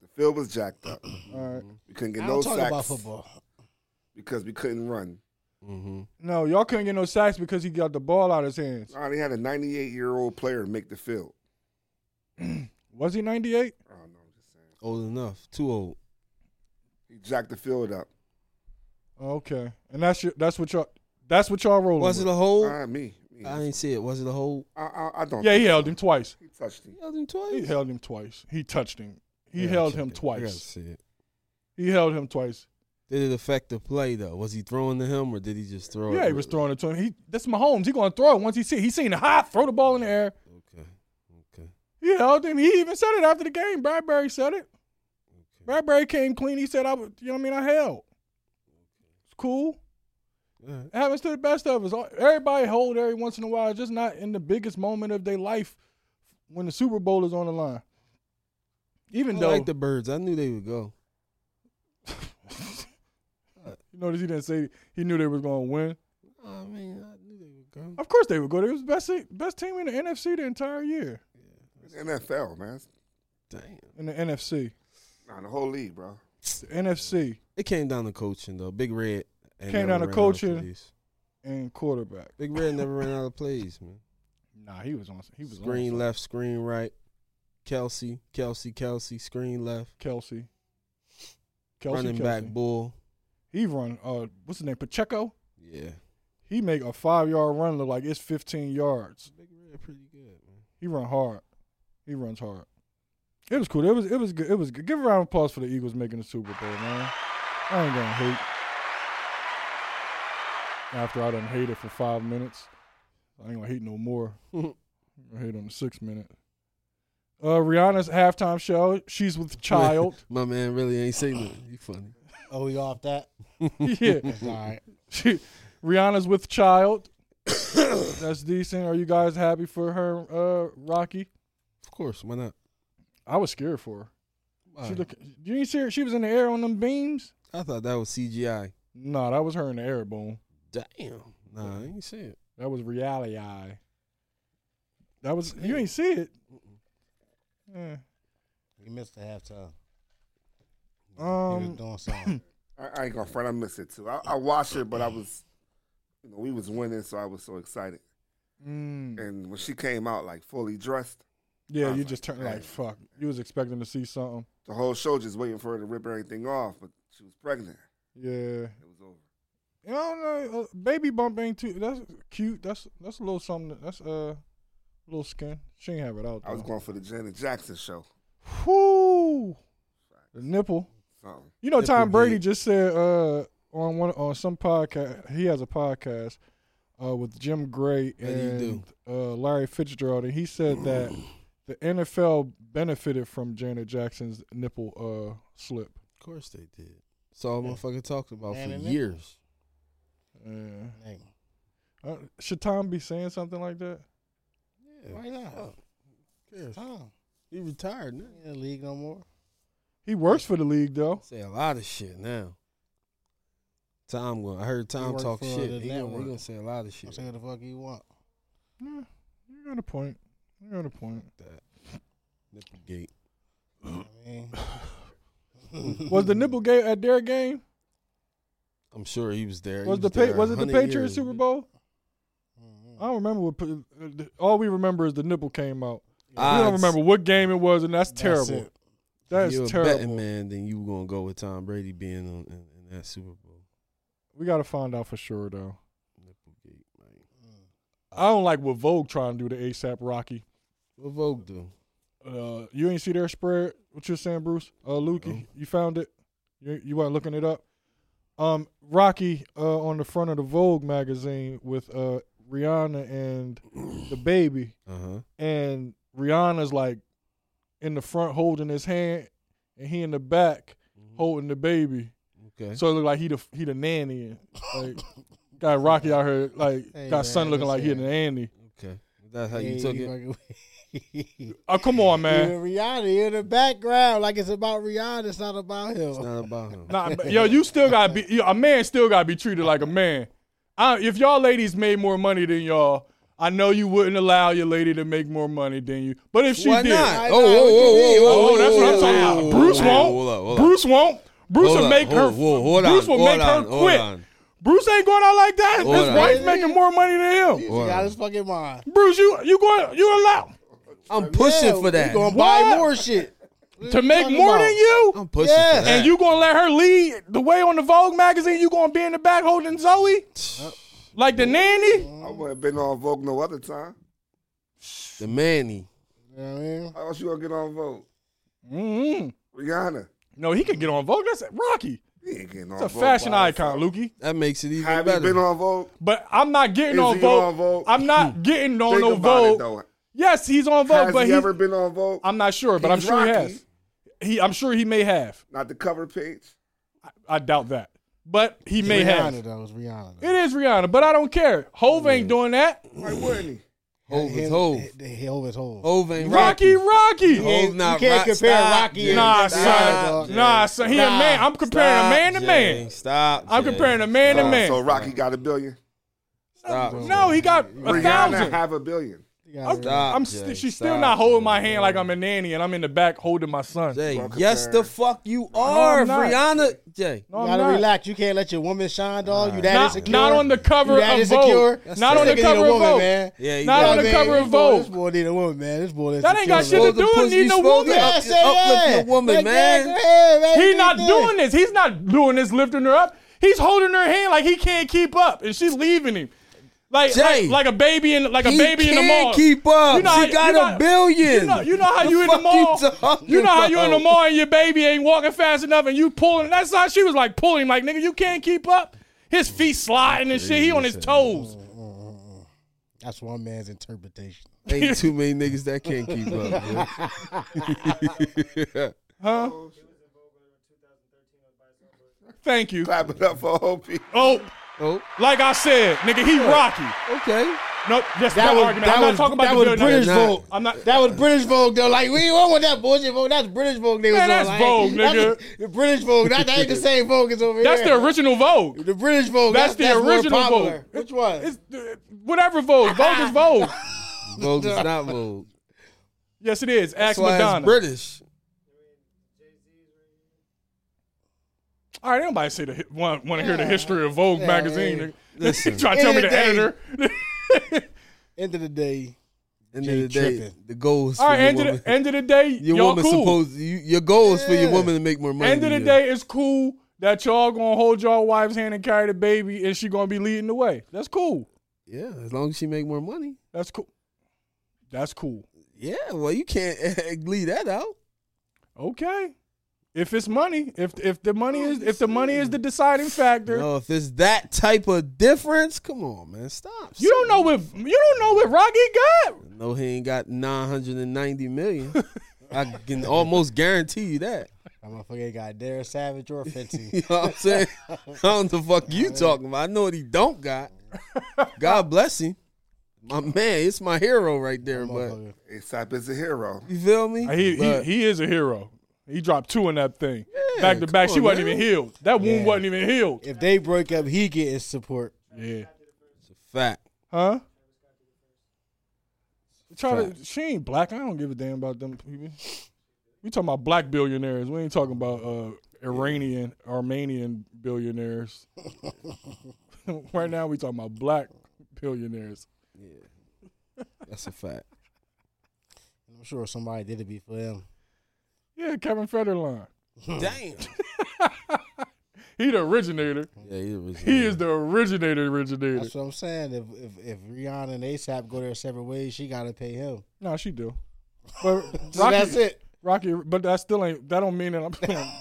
Speaker 4: The field was jacked up.
Speaker 1: All right.
Speaker 4: We couldn't get
Speaker 3: I
Speaker 4: no
Speaker 3: don't talk about
Speaker 4: sacks
Speaker 3: football.
Speaker 4: because we couldn't run.
Speaker 2: Mm-hmm.
Speaker 1: No, y'all couldn't get no sacks because he got the ball out of his hands.
Speaker 4: Nah, they had a 98 year old player make the field.
Speaker 1: Was he 98?
Speaker 4: I don't know. I'm just saying.
Speaker 2: Old enough. Too old.
Speaker 4: He jacked the field up.
Speaker 1: Okay. And that's your, that's what y'all that's what y'all rolling.
Speaker 2: Was it
Speaker 1: with.
Speaker 2: a
Speaker 3: Oh.
Speaker 2: hold?
Speaker 4: Ah, me. me.
Speaker 2: I
Speaker 4: I,
Speaker 2: didn't see it. Was it a hold?
Speaker 4: I, I don't.
Speaker 1: yeah, he
Speaker 4: think
Speaker 1: held him twice.
Speaker 4: He touched him.
Speaker 2: He held him twice.
Speaker 1: He held him twice. He touched him. He
Speaker 2: I gotta
Speaker 1: held
Speaker 2: check
Speaker 1: him
Speaker 2: it. I gotta
Speaker 1: twice.
Speaker 2: see it.
Speaker 1: He held him twice.
Speaker 2: Did it affect the play though? Was he throwing to him or did he just throw?
Speaker 1: Yeah,
Speaker 2: it?
Speaker 1: he was throwing it to him. He that's Mahomes. He gonna throw it once he see he seen it high, throw the ball in the air.
Speaker 2: Okay, okay.
Speaker 1: He held him. He even said it after the game. Bradbury said it. Bradbury came clean. He said, "I would, you know what I mean? I held. It's cool.
Speaker 2: All right.
Speaker 1: It happens to the best of us. Everybody hold every once in a while, just not in the biggest moment of their life when the Super Bowl is on the line. Even
Speaker 2: I
Speaker 1: though
Speaker 2: like the birds. I knew they would go.
Speaker 1: you notice he didn't say he knew they was going to win.
Speaker 2: I mean, I knew they would go.
Speaker 1: Of course they would go. They was the best best team in the NFC the entire year
Speaker 4: It's NFL, man. It's-
Speaker 2: Damn.
Speaker 1: in the NFC.
Speaker 4: Nah, the whole league, bro.
Speaker 1: The NFC
Speaker 2: It came down to coaching though. Big Red ain't
Speaker 1: Came down
Speaker 2: never
Speaker 1: to
Speaker 2: ran out of
Speaker 1: coaching.
Speaker 2: plays.
Speaker 1: and quarterback.
Speaker 2: Big Red never ran out of plays, man.
Speaker 1: Nah, he was on. He was
Speaker 2: Screen
Speaker 1: on
Speaker 2: left, screen right. Kelsey, Kelsey, Kelsey. Screen left.
Speaker 1: Kelsey. Kelsey
Speaker 2: running
Speaker 1: Kelsey.
Speaker 2: back, Bull.
Speaker 1: He run. Uh, what's his name? Pacheco.
Speaker 2: Yeah.
Speaker 1: He make a five yard run look like it's fifteen yards.
Speaker 2: Big Red pretty good, man.
Speaker 1: He run hard. He runs hard. It was cool. It was it was good. It was good. Give a round of applause for the Eagles making the Super Bowl, man. I ain't gonna hate. After I done hated for five minutes, I ain't gonna hate no more. I'm gonna hate on the six minute. Uh, Rihanna's halftime show. She's with child.
Speaker 2: My man really ain't say nothing. He funny.
Speaker 3: Oh, we off that?
Speaker 1: yeah,
Speaker 3: All right.
Speaker 1: she, Rihanna's with child. That's decent. Are you guys happy for her, uh, Rocky?
Speaker 2: Of course, why not?
Speaker 1: I was scared for her. She
Speaker 2: Why?
Speaker 1: look, you didn't see her? She was in the air on them beams.
Speaker 2: I thought that was CGI.
Speaker 1: Nah, that was her in the air, boom.
Speaker 2: Damn. Nah, I ain't see it.
Speaker 1: That was reality. That was you ain't see it. Yeah.
Speaker 3: We missed the halftime. he was
Speaker 1: Um,
Speaker 3: doing something.
Speaker 4: I, I ain't gonna front. I missed it too. I, I watched it, but I was, you know, we was winning, so I was so excited.
Speaker 1: mm,
Speaker 4: And when she came out like fully dressed,
Speaker 1: yeah,
Speaker 4: I'm
Speaker 1: you
Speaker 4: like,
Speaker 1: just turned
Speaker 4: dang.
Speaker 1: like fuck. You was expecting to see something.
Speaker 4: the whole show just waiting for her to rip everything off, but she was pregnant.
Speaker 1: Yeah,
Speaker 4: It was over.
Speaker 1: I don't know. uh, baby bump ain't too. That's cute. That's that's a little something. That's uh, little skin. She ain't have it out.
Speaker 4: I was
Speaker 1: though.
Speaker 4: going for the Janet Jackson show.
Speaker 1: Whoo, the nipple.
Speaker 4: Something.
Speaker 1: You know, Tom
Speaker 2: Nipplegate.
Speaker 1: Brady just said uh, on one on some podcast. He has a podcast uh, with Jim Gray
Speaker 2: do you
Speaker 1: and uh, Larry Fitzgerald, and he said that the NFL benefited from Janet Jackson's nipple uh, slip.
Speaker 2: Of course they did. It's all motherfucker talked about
Speaker 3: Damn
Speaker 2: for
Speaker 3: it, man.
Speaker 2: years.
Speaker 1: Yeah.
Speaker 3: Nigga,
Speaker 1: Uh, should Tom be saying something like that?
Speaker 2: Yeah.
Speaker 3: Why not?
Speaker 2: Cares.
Speaker 3: Tom,
Speaker 2: He retired now.
Speaker 3: you ain't in the league no more.
Speaker 1: He works for the league though.
Speaker 2: Say a lot of shit now. Tom going. I heard Tom
Speaker 3: work
Speaker 2: talk
Speaker 3: for
Speaker 2: shit.
Speaker 3: the
Speaker 2: He gonna, he
Speaker 3: network.
Speaker 2: gonna say a lot of
Speaker 3: I'll
Speaker 2: shit.
Speaker 3: say what the fuck you want.
Speaker 1: Yeah, you got a point. You got a point.
Speaker 2: That. Nipplegate.
Speaker 3: I mean,
Speaker 1: Was the nipple gate at their game?
Speaker 2: I'm sure he was there. He
Speaker 1: Was the
Speaker 2: there
Speaker 1: pa-
Speaker 2: a
Speaker 1: was it the
Speaker 2: hundred
Speaker 1: Patriots
Speaker 2: years.
Speaker 1: Super Bowl?
Speaker 3: Mhm.
Speaker 1: I don't remember what. p- uh, th- All we remember is the nipple came out.
Speaker 2: I
Speaker 1: we don't remember what game it was, and that's terrible.
Speaker 3: it.
Speaker 1: That's
Speaker 2: you're a
Speaker 1: terrible.
Speaker 2: betting man, then you gonna go with Tom Brady being on, in, in that Super Bowl.
Speaker 1: We got to find out for sure, though.
Speaker 2: Nipplegate, man.
Speaker 1: I don't like what Vogue trying to do to ASAP Rocky.
Speaker 2: What Vogue do?
Speaker 1: Uh, you ain't see their spread. What you saying, Bruce? Uh, Lukey,
Speaker 2: No.
Speaker 1: you found it. You you weren't looking it up. Um, Rocky uh, on the front of the Vogue magazine with uh, Rihanna and the baby,
Speaker 2: Uh huh.
Speaker 1: and Rihanna's like in the front holding his hand, and he in the back holding the baby.
Speaker 2: Okay.
Speaker 1: So it looked like he the he the nanny. and, Like got Rocky out here like
Speaker 3: Hey,
Speaker 1: got son
Speaker 3: man,
Speaker 1: looking like he the
Speaker 3: listen.
Speaker 1: nanny.
Speaker 2: okay. That's how you took it.
Speaker 3: it.
Speaker 1: Oh come on, man.
Speaker 3: Rihanna you're in the background, like it's about Rihanna. It's not about him.
Speaker 2: It's not about him.
Speaker 1: Nah, but, yo, you still gotta be yo, a man. Still gotta be treated like a man. I, if y'all ladies made more money than y'all, I know you wouldn't allow your lady to make more money than you. But if she
Speaker 2: Why
Speaker 1: did,
Speaker 2: not?
Speaker 3: I
Speaker 2: Oh,
Speaker 3: know,
Speaker 2: whoa,
Speaker 3: what you
Speaker 2: whoa,
Speaker 3: mean?
Speaker 2: whoa,
Speaker 1: oh,
Speaker 2: whoa,
Speaker 1: that's what I'm
Speaker 2: whoa,
Speaker 1: talking about.
Speaker 2: whoa, whoa,
Speaker 1: Bruce
Speaker 2: whoa,
Speaker 1: won't.
Speaker 2: Hold on, hold on.
Speaker 1: Bruce won't. Bruce
Speaker 2: Hold
Speaker 1: will
Speaker 2: on,
Speaker 1: make her.
Speaker 2: hold- whoa, hold
Speaker 1: Bruce
Speaker 2: on,
Speaker 1: will
Speaker 2: hold
Speaker 1: make her
Speaker 2: on, hold
Speaker 1: quit.
Speaker 2: on.
Speaker 1: Bruce ain't going out like that.
Speaker 2: Hold
Speaker 1: His
Speaker 2: on.
Speaker 1: wife's making more money than him.
Speaker 3: He got his fucking mind.
Speaker 1: Bruce, you you going you allow
Speaker 2: I'm pushing
Speaker 3: Yeah,
Speaker 2: for that.
Speaker 3: You gonna
Speaker 1: What?
Speaker 3: buy more shit
Speaker 1: to make
Speaker 3: talking
Speaker 1: more
Speaker 3: about?
Speaker 1: than you?
Speaker 2: I'm pushing
Speaker 3: Yeah.
Speaker 2: for that.
Speaker 1: And you gonna let her lead the way on the Vogue magazine? You gonna be in the back holding Zoe like the nanny?
Speaker 4: I would have been on Vogue no other time.
Speaker 2: the Manny.
Speaker 3: You know what I mean?
Speaker 4: How else you gonna get on Vogue?
Speaker 1: mm
Speaker 4: Rihanna.
Speaker 1: No, he could get on Vogue. That's Rocky.
Speaker 4: He ain't getting
Speaker 1: It's
Speaker 4: on
Speaker 1: a
Speaker 4: Vogue
Speaker 1: fashion
Speaker 4: by
Speaker 1: icon,
Speaker 4: himself.
Speaker 1: Lukey.
Speaker 2: That makes it even
Speaker 4: Have you
Speaker 2: better.
Speaker 4: been on Vogue?
Speaker 1: But I'm not getting
Speaker 4: Is
Speaker 1: on
Speaker 4: he
Speaker 1: Vogue.
Speaker 4: on Vogue?
Speaker 1: I'm not getting on
Speaker 4: Think
Speaker 1: no
Speaker 4: about it,
Speaker 1: Vogue.
Speaker 4: though.
Speaker 1: yes, he's on Vogue,
Speaker 4: has
Speaker 1: but
Speaker 4: he
Speaker 1: he's,
Speaker 4: ever been on Vogue?
Speaker 1: I'm not sure, but I'm
Speaker 4: He's
Speaker 1: sure he
Speaker 4: Rocky.
Speaker 1: has. He, I'm sure he may have.
Speaker 4: Not the cover page.
Speaker 1: I doubt that, but he may have.
Speaker 3: Rihanna though. It's Rihanna. Though.
Speaker 1: It is Rihanna, but I don't care. Hove ain't doing that.
Speaker 4: Why wouldn't he?
Speaker 2: Hove is
Speaker 3: Him-
Speaker 2: Hove.
Speaker 3: the- the Hove is Hove.
Speaker 2: Hove ain't
Speaker 1: Rocky, Rocky.
Speaker 2: Hove not
Speaker 3: you can't
Speaker 2: Rock-
Speaker 3: compare
Speaker 2: stop,
Speaker 3: Rocky
Speaker 2: Jay.
Speaker 3: and-
Speaker 1: Nah,
Speaker 3: Stop,
Speaker 1: son.
Speaker 3: Jay.
Speaker 1: Nah, son. He a
Speaker 3: Nah.
Speaker 1: man. I'm comparing a
Speaker 2: Stop,
Speaker 1: man to
Speaker 2: Jay.
Speaker 1: man.
Speaker 2: Stop.
Speaker 1: I'm
Speaker 2: Jay.
Speaker 1: comparing a man to
Speaker 4: Uh,
Speaker 1: man.
Speaker 4: So Rocky got a billion.
Speaker 2: Stop.
Speaker 1: No, he got a
Speaker 4: Rihanna
Speaker 1: thousand.
Speaker 4: have a billion.
Speaker 3: You got
Speaker 1: I'm,
Speaker 3: Rihanna.
Speaker 2: Stop,
Speaker 1: I'm
Speaker 2: Jay.
Speaker 1: st- she's
Speaker 2: Stop,
Speaker 1: still not holding
Speaker 2: Jay.
Speaker 1: my hand like I'm a nanny, and I'm in the back holding my son.
Speaker 2: Jay,
Speaker 4: Don't
Speaker 2: yes,
Speaker 4: compare.
Speaker 2: the fuck you are,
Speaker 1: I'm not.
Speaker 2: Rihanna. Jay,
Speaker 1: No,
Speaker 3: You
Speaker 1: I'm
Speaker 3: gotta
Speaker 1: not.
Speaker 3: relax. You can't let your woman shine, dog. You that
Speaker 1: Not,
Speaker 3: insecure.
Speaker 1: not on the cover
Speaker 3: You that
Speaker 1: of
Speaker 3: insecure?
Speaker 1: Vogue.
Speaker 3: That's
Speaker 1: Not
Speaker 3: This
Speaker 1: on the
Speaker 3: nigga need a
Speaker 1: cover of
Speaker 3: woman,
Speaker 1: Vogue.
Speaker 3: man.
Speaker 2: yeah, you
Speaker 1: Not
Speaker 2: got
Speaker 1: on
Speaker 2: it.
Speaker 1: the cover of
Speaker 3: This boy- This
Speaker 1: Vogue.
Speaker 3: boy need a woman, man. This boy.
Speaker 1: That ain't got shit to
Speaker 3: insecure, man.
Speaker 2: Supposed
Speaker 1: do with
Speaker 2: push-
Speaker 1: need
Speaker 2: you
Speaker 1: no woman.
Speaker 2: supposed to up-
Speaker 3: Yeah, say
Speaker 2: Uplift
Speaker 3: that.
Speaker 2: the woman,
Speaker 3: Like, yeah,
Speaker 2: man.
Speaker 3: go ahead, man.
Speaker 1: He
Speaker 3: You
Speaker 1: not
Speaker 3: do
Speaker 1: doing this. He's not doing this, lifting her up. He's holding her hand like he can't keep up, and she's leaving him. Like,
Speaker 2: Jay,
Speaker 1: like, like a baby in like a
Speaker 2: He
Speaker 1: baby in the mall.
Speaker 2: can't keep up.
Speaker 1: You know how-
Speaker 2: she got
Speaker 1: you know-
Speaker 2: a billion.
Speaker 1: You know, you know how you in the
Speaker 2: fuck you
Speaker 1: mall.
Speaker 2: talking
Speaker 1: You, know how you in the
Speaker 2: about?
Speaker 1: mall and your baby ain't walking fast enough, and you pulling. That's how she was like pulling, like nigga, you can't keep up. His feet sliding and shit. He on his toes.
Speaker 3: That's one man's interpretation.
Speaker 2: Ain't too many niggas that can't keep up. man.
Speaker 1: Huh? Thank you.
Speaker 4: Clap it up for OP.
Speaker 1: Oh,
Speaker 2: oh,
Speaker 1: like I said, nigga, he Rocky.
Speaker 2: okay.
Speaker 1: Nope, that's
Speaker 3: That
Speaker 1: that
Speaker 3: was-
Speaker 1: argument.
Speaker 3: that
Speaker 1: I'm not
Speaker 3: was-
Speaker 1: talking about
Speaker 3: that
Speaker 1: the
Speaker 3: was
Speaker 1: good
Speaker 3: British
Speaker 1: nigga.
Speaker 2: vogue.
Speaker 1: I'm not.
Speaker 3: That was British Vogue though. Like we don't want that bullshit Vogue. That's British Vogue. They was
Speaker 1: Man,
Speaker 3: on,
Speaker 1: that's
Speaker 3: like,
Speaker 1: Vogue, nigga.
Speaker 3: that's The British Vogue. That, that ain't the same Vogue as over
Speaker 1: that's
Speaker 3: here.
Speaker 1: the original Vogue.
Speaker 3: The British Vogue.
Speaker 1: That's the
Speaker 3: more
Speaker 1: original
Speaker 3: popular.
Speaker 1: Vogue.
Speaker 3: Which one?
Speaker 1: It's uh, whatever Vogue. Vogue is Vogue.
Speaker 2: Vogue is not Vogue.
Speaker 1: Yes, it is. Ask
Speaker 2: That's why
Speaker 1: Madonna.
Speaker 2: it's British.
Speaker 1: All right, anybody say the want want to hear the history of Vogue magazine?
Speaker 3: yeah.
Speaker 1: nigga. try to tell me the
Speaker 3: End
Speaker 1: editor.
Speaker 3: of End of the day,
Speaker 2: End
Speaker 3: Jay
Speaker 2: of the day,
Speaker 3: tripping.
Speaker 2: the goal is for
Speaker 1: All right,
Speaker 2: your
Speaker 1: end of
Speaker 2: woman.
Speaker 1: the end of the day,
Speaker 2: your
Speaker 1: y'all
Speaker 2: woman
Speaker 1: cool.
Speaker 2: supposed you, your goal is for your
Speaker 3: Yeah.
Speaker 2: woman to make more money.
Speaker 1: end of the
Speaker 2: than you.
Speaker 1: day, it's cool that y'all gonna hold y'all wife's hand and carry the baby, and she gonna be leading the way. That's cool.
Speaker 2: yeah, as long as she make more money.
Speaker 1: That's cool. That's cool.
Speaker 2: Yeah, well, you can't eh, leave that out.
Speaker 1: Okay. If it's money, if if the money is if the money is the deciding factor,
Speaker 2: No, if it's that type of difference, come on, man, stop.
Speaker 1: you don't know what you don't know what Rocky got.
Speaker 2: No, he ain't got nine hundred and ninety million. I can almost guarantee you that.
Speaker 3: that motherfucker ain't got Dare Savage or Fenty.
Speaker 2: You know what I'm saying? I don't know the fuck you talking about. I know what he don't got. God bless him. My man, it's my hero right there, but
Speaker 3: Motherfucker.
Speaker 4: ASAP is a hero.
Speaker 2: you feel me?
Speaker 1: Uh, He, he
Speaker 2: But
Speaker 1: he is a hero. He dropped two in that thing.
Speaker 2: Yeah,
Speaker 1: back to back,
Speaker 2: come
Speaker 1: she
Speaker 2: on,
Speaker 1: wasn't
Speaker 2: man.
Speaker 1: even healed. That wound
Speaker 3: Yeah.
Speaker 1: wasn't even healed.
Speaker 3: if they break up, he getting support.
Speaker 1: Yeah.
Speaker 2: fact.
Speaker 1: Huh? Try to, she ain't black. I don't give a damn about them people. We talking about black billionaires. We ain't talking about uh, Iranian, Armenian billionaires. right now, we talking about black billionaires.
Speaker 2: Yeah. That's a fact.
Speaker 3: And I'm sure somebody did it before him.
Speaker 1: Yeah, Kevin Federline.
Speaker 2: Damn.
Speaker 1: He the originator.
Speaker 2: Yeah, he was.
Speaker 1: He is the originator. Originator.
Speaker 3: That's what I'm saying. If if, if Rihanna and ASAP go their separate ways, she gotta pay him.
Speaker 1: Nah, she do. But
Speaker 3: So
Speaker 1: Rocky,
Speaker 3: that's it.
Speaker 1: Rocky, but that still ain't. That don't mean that I'm,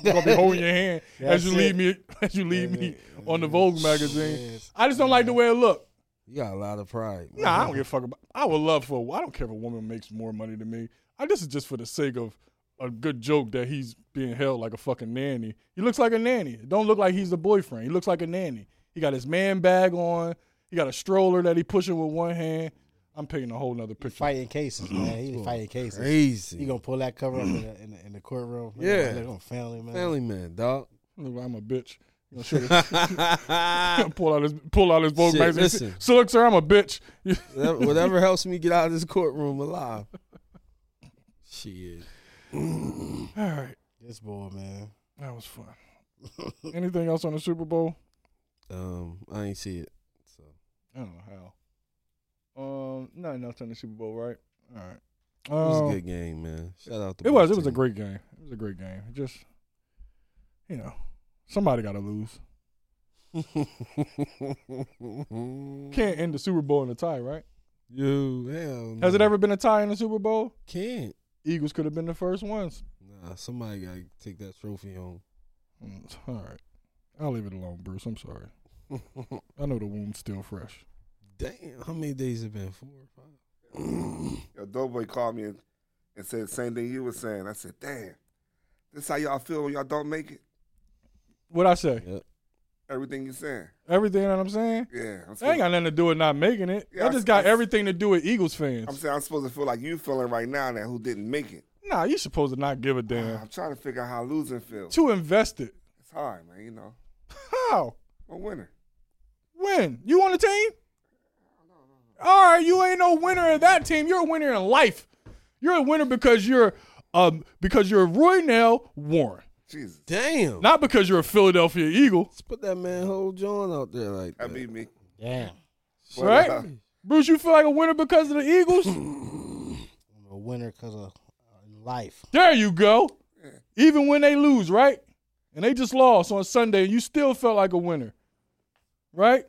Speaker 1: gonna be holding your hand as
Speaker 3: That's
Speaker 1: you
Speaker 3: it.
Speaker 1: leave me. As you leave me on the Vogue magazine.
Speaker 3: Yes.
Speaker 1: I just don't like the way it looked.
Speaker 2: You got a lot of pride. man.
Speaker 1: Nah, I don't give a fuck about. I would love for. I don't care if a woman makes more money than me. I this is just for the sake of a good joke that he's being held like a fucking nanny. He looks like a nanny. It don't look like he's the boyfriend. He looks like a nanny. He got his man bag on. He got a stroller that he pushing with one hand. I'm painting a whole nother picture.
Speaker 3: Fighting cases,
Speaker 1: Mm-hmm.
Speaker 3: man. He fighting cases. He
Speaker 2: Crazy.
Speaker 3: gonna pull that cover up in
Speaker 1: Mm.
Speaker 3: the, in the, in the courtroom. Look at
Speaker 2: Yeah.
Speaker 3: my- look on family man.
Speaker 2: Family man, dog.
Speaker 1: Look, I'm a bitch. You know, sure,
Speaker 2: That-
Speaker 1: pull out his pull out his Vogue
Speaker 2: Shit,
Speaker 1: magazine.
Speaker 2: listen.
Speaker 1: So look, sir, I'm a bitch.
Speaker 2: Whatever helps me get out of this courtroom alive. She is.
Speaker 1: All right,
Speaker 3: This boy, man.
Speaker 1: that was fun. Anything else on the Super Bowl?
Speaker 2: Um, I ain't see it. So
Speaker 1: I don't know how. Um, not enough on the Super Bowl, right? All right.
Speaker 2: it was
Speaker 1: Um,
Speaker 2: a good game, man. Shout out to
Speaker 1: It was.
Speaker 2: both
Speaker 1: It was a
Speaker 2: teams.
Speaker 1: great game. It was a great game. It Just you know, somebody got to lose.
Speaker 2: Mm.
Speaker 1: Can't end the Super Bowl in a tie, right?
Speaker 2: You hell.
Speaker 1: Has it
Speaker 2: no.
Speaker 1: ever been a tie in the Super Bowl?
Speaker 2: Can't.
Speaker 1: Eagles could have been the first ones.
Speaker 2: Nah, somebody got to take that trophy home.
Speaker 1: Mm, All right, I'll leave it alone, Bruce. I'm sorry. I know the wound's still fresh.
Speaker 2: Damn, how many days it been? Four or five.
Speaker 4: Yo, Doughboy called me and, and said the same thing you were saying. I said, damn, this how y'all feel when y'all don't make it?
Speaker 1: What I say?
Speaker 2: yep.
Speaker 4: Everything you saying.
Speaker 1: Everything that I'm saying.
Speaker 4: Yeah. I'm
Speaker 1: That
Speaker 4: supposed,
Speaker 1: ain't got nothing to do with not making it.
Speaker 4: Yeah,
Speaker 1: that
Speaker 4: I-
Speaker 1: just got
Speaker 4: I-
Speaker 1: everything to do with Eagles
Speaker 4: I'm
Speaker 1: fans.
Speaker 4: saying I'm supposed to feel like you feeling right now that who didn't make it.
Speaker 1: Nah, you supposed to not give a damn.
Speaker 4: I'm trying to figure out how losing feels.
Speaker 1: Too invested.
Speaker 4: It's hard, man, you know.
Speaker 1: How?
Speaker 4: I'm a winner.
Speaker 1: When? You on the team? All right, you ain't no winner of that team. You're a winner in life. You're a winner because you're um because you're Roy Nell Warren,
Speaker 4: Jesus.
Speaker 2: Damn.
Speaker 1: not because you're a Philadelphia Eagle,
Speaker 2: Let's put that man whole John out there like
Speaker 4: That
Speaker 2: that.
Speaker 4: beat me.
Speaker 3: Damn.
Speaker 4: But,
Speaker 1: right?
Speaker 4: uh,
Speaker 1: Bruce, you feel like a winner because of the Eagles?
Speaker 3: I'm a winner because of uh, life.
Speaker 1: there you go. Even when they lose, right? And they just lost on Sunday, you still felt like a winner, right?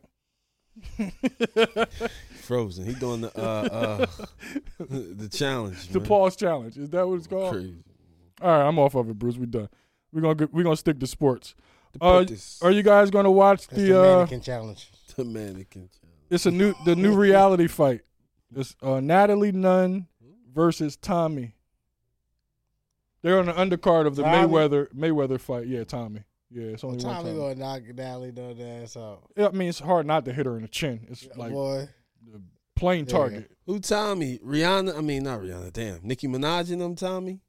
Speaker 2: Frozen. He doing the uh uh the challenge.
Speaker 1: The
Speaker 2: man.
Speaker 1: pause challenge is that what it's called?
Speaker 2: Crazy.
Speaker 1: All right, I'm off of it, Bruce. We done. We're gonna get, we're gonna stick to sports.
Speaker 2: The,
Speaker 1: Uh,
Speaker 2: this,
Speaker 1: Are you guys gonna watch
Speaker 3: That's
Speaker 1: the?
Speaker 3: the
Speaker 1: uh,
Speaker 3: mannequin challenge.
Speaker 2: the mannequin challenge.
Speaker 1: it's a new the new reality fight. It's uh, Natalie Nunn versus Tommy. They're on the undercard of the
Speaker 3: Tommy?
Speaker 1: Mayweather Mayweather fight. Yeah, Tommy. Yeah, it's only one
Speaker 3: Tommy
Speaker 1: Tommy.
Speaker 3: gonna knock Natalie Dunn's ass out.
Speaker 1: Yeah, I mean, it's hard not to hit her in the chin. It's like
Speaker 3: uh, boy.
Speaker 1: plain
Speaker 3: Yeah.
Speaker 1: target.
Speaker 2: Who Tommy? Rihanna? I mean not Rihanna, damn. Nicki Minaj and them Tommy?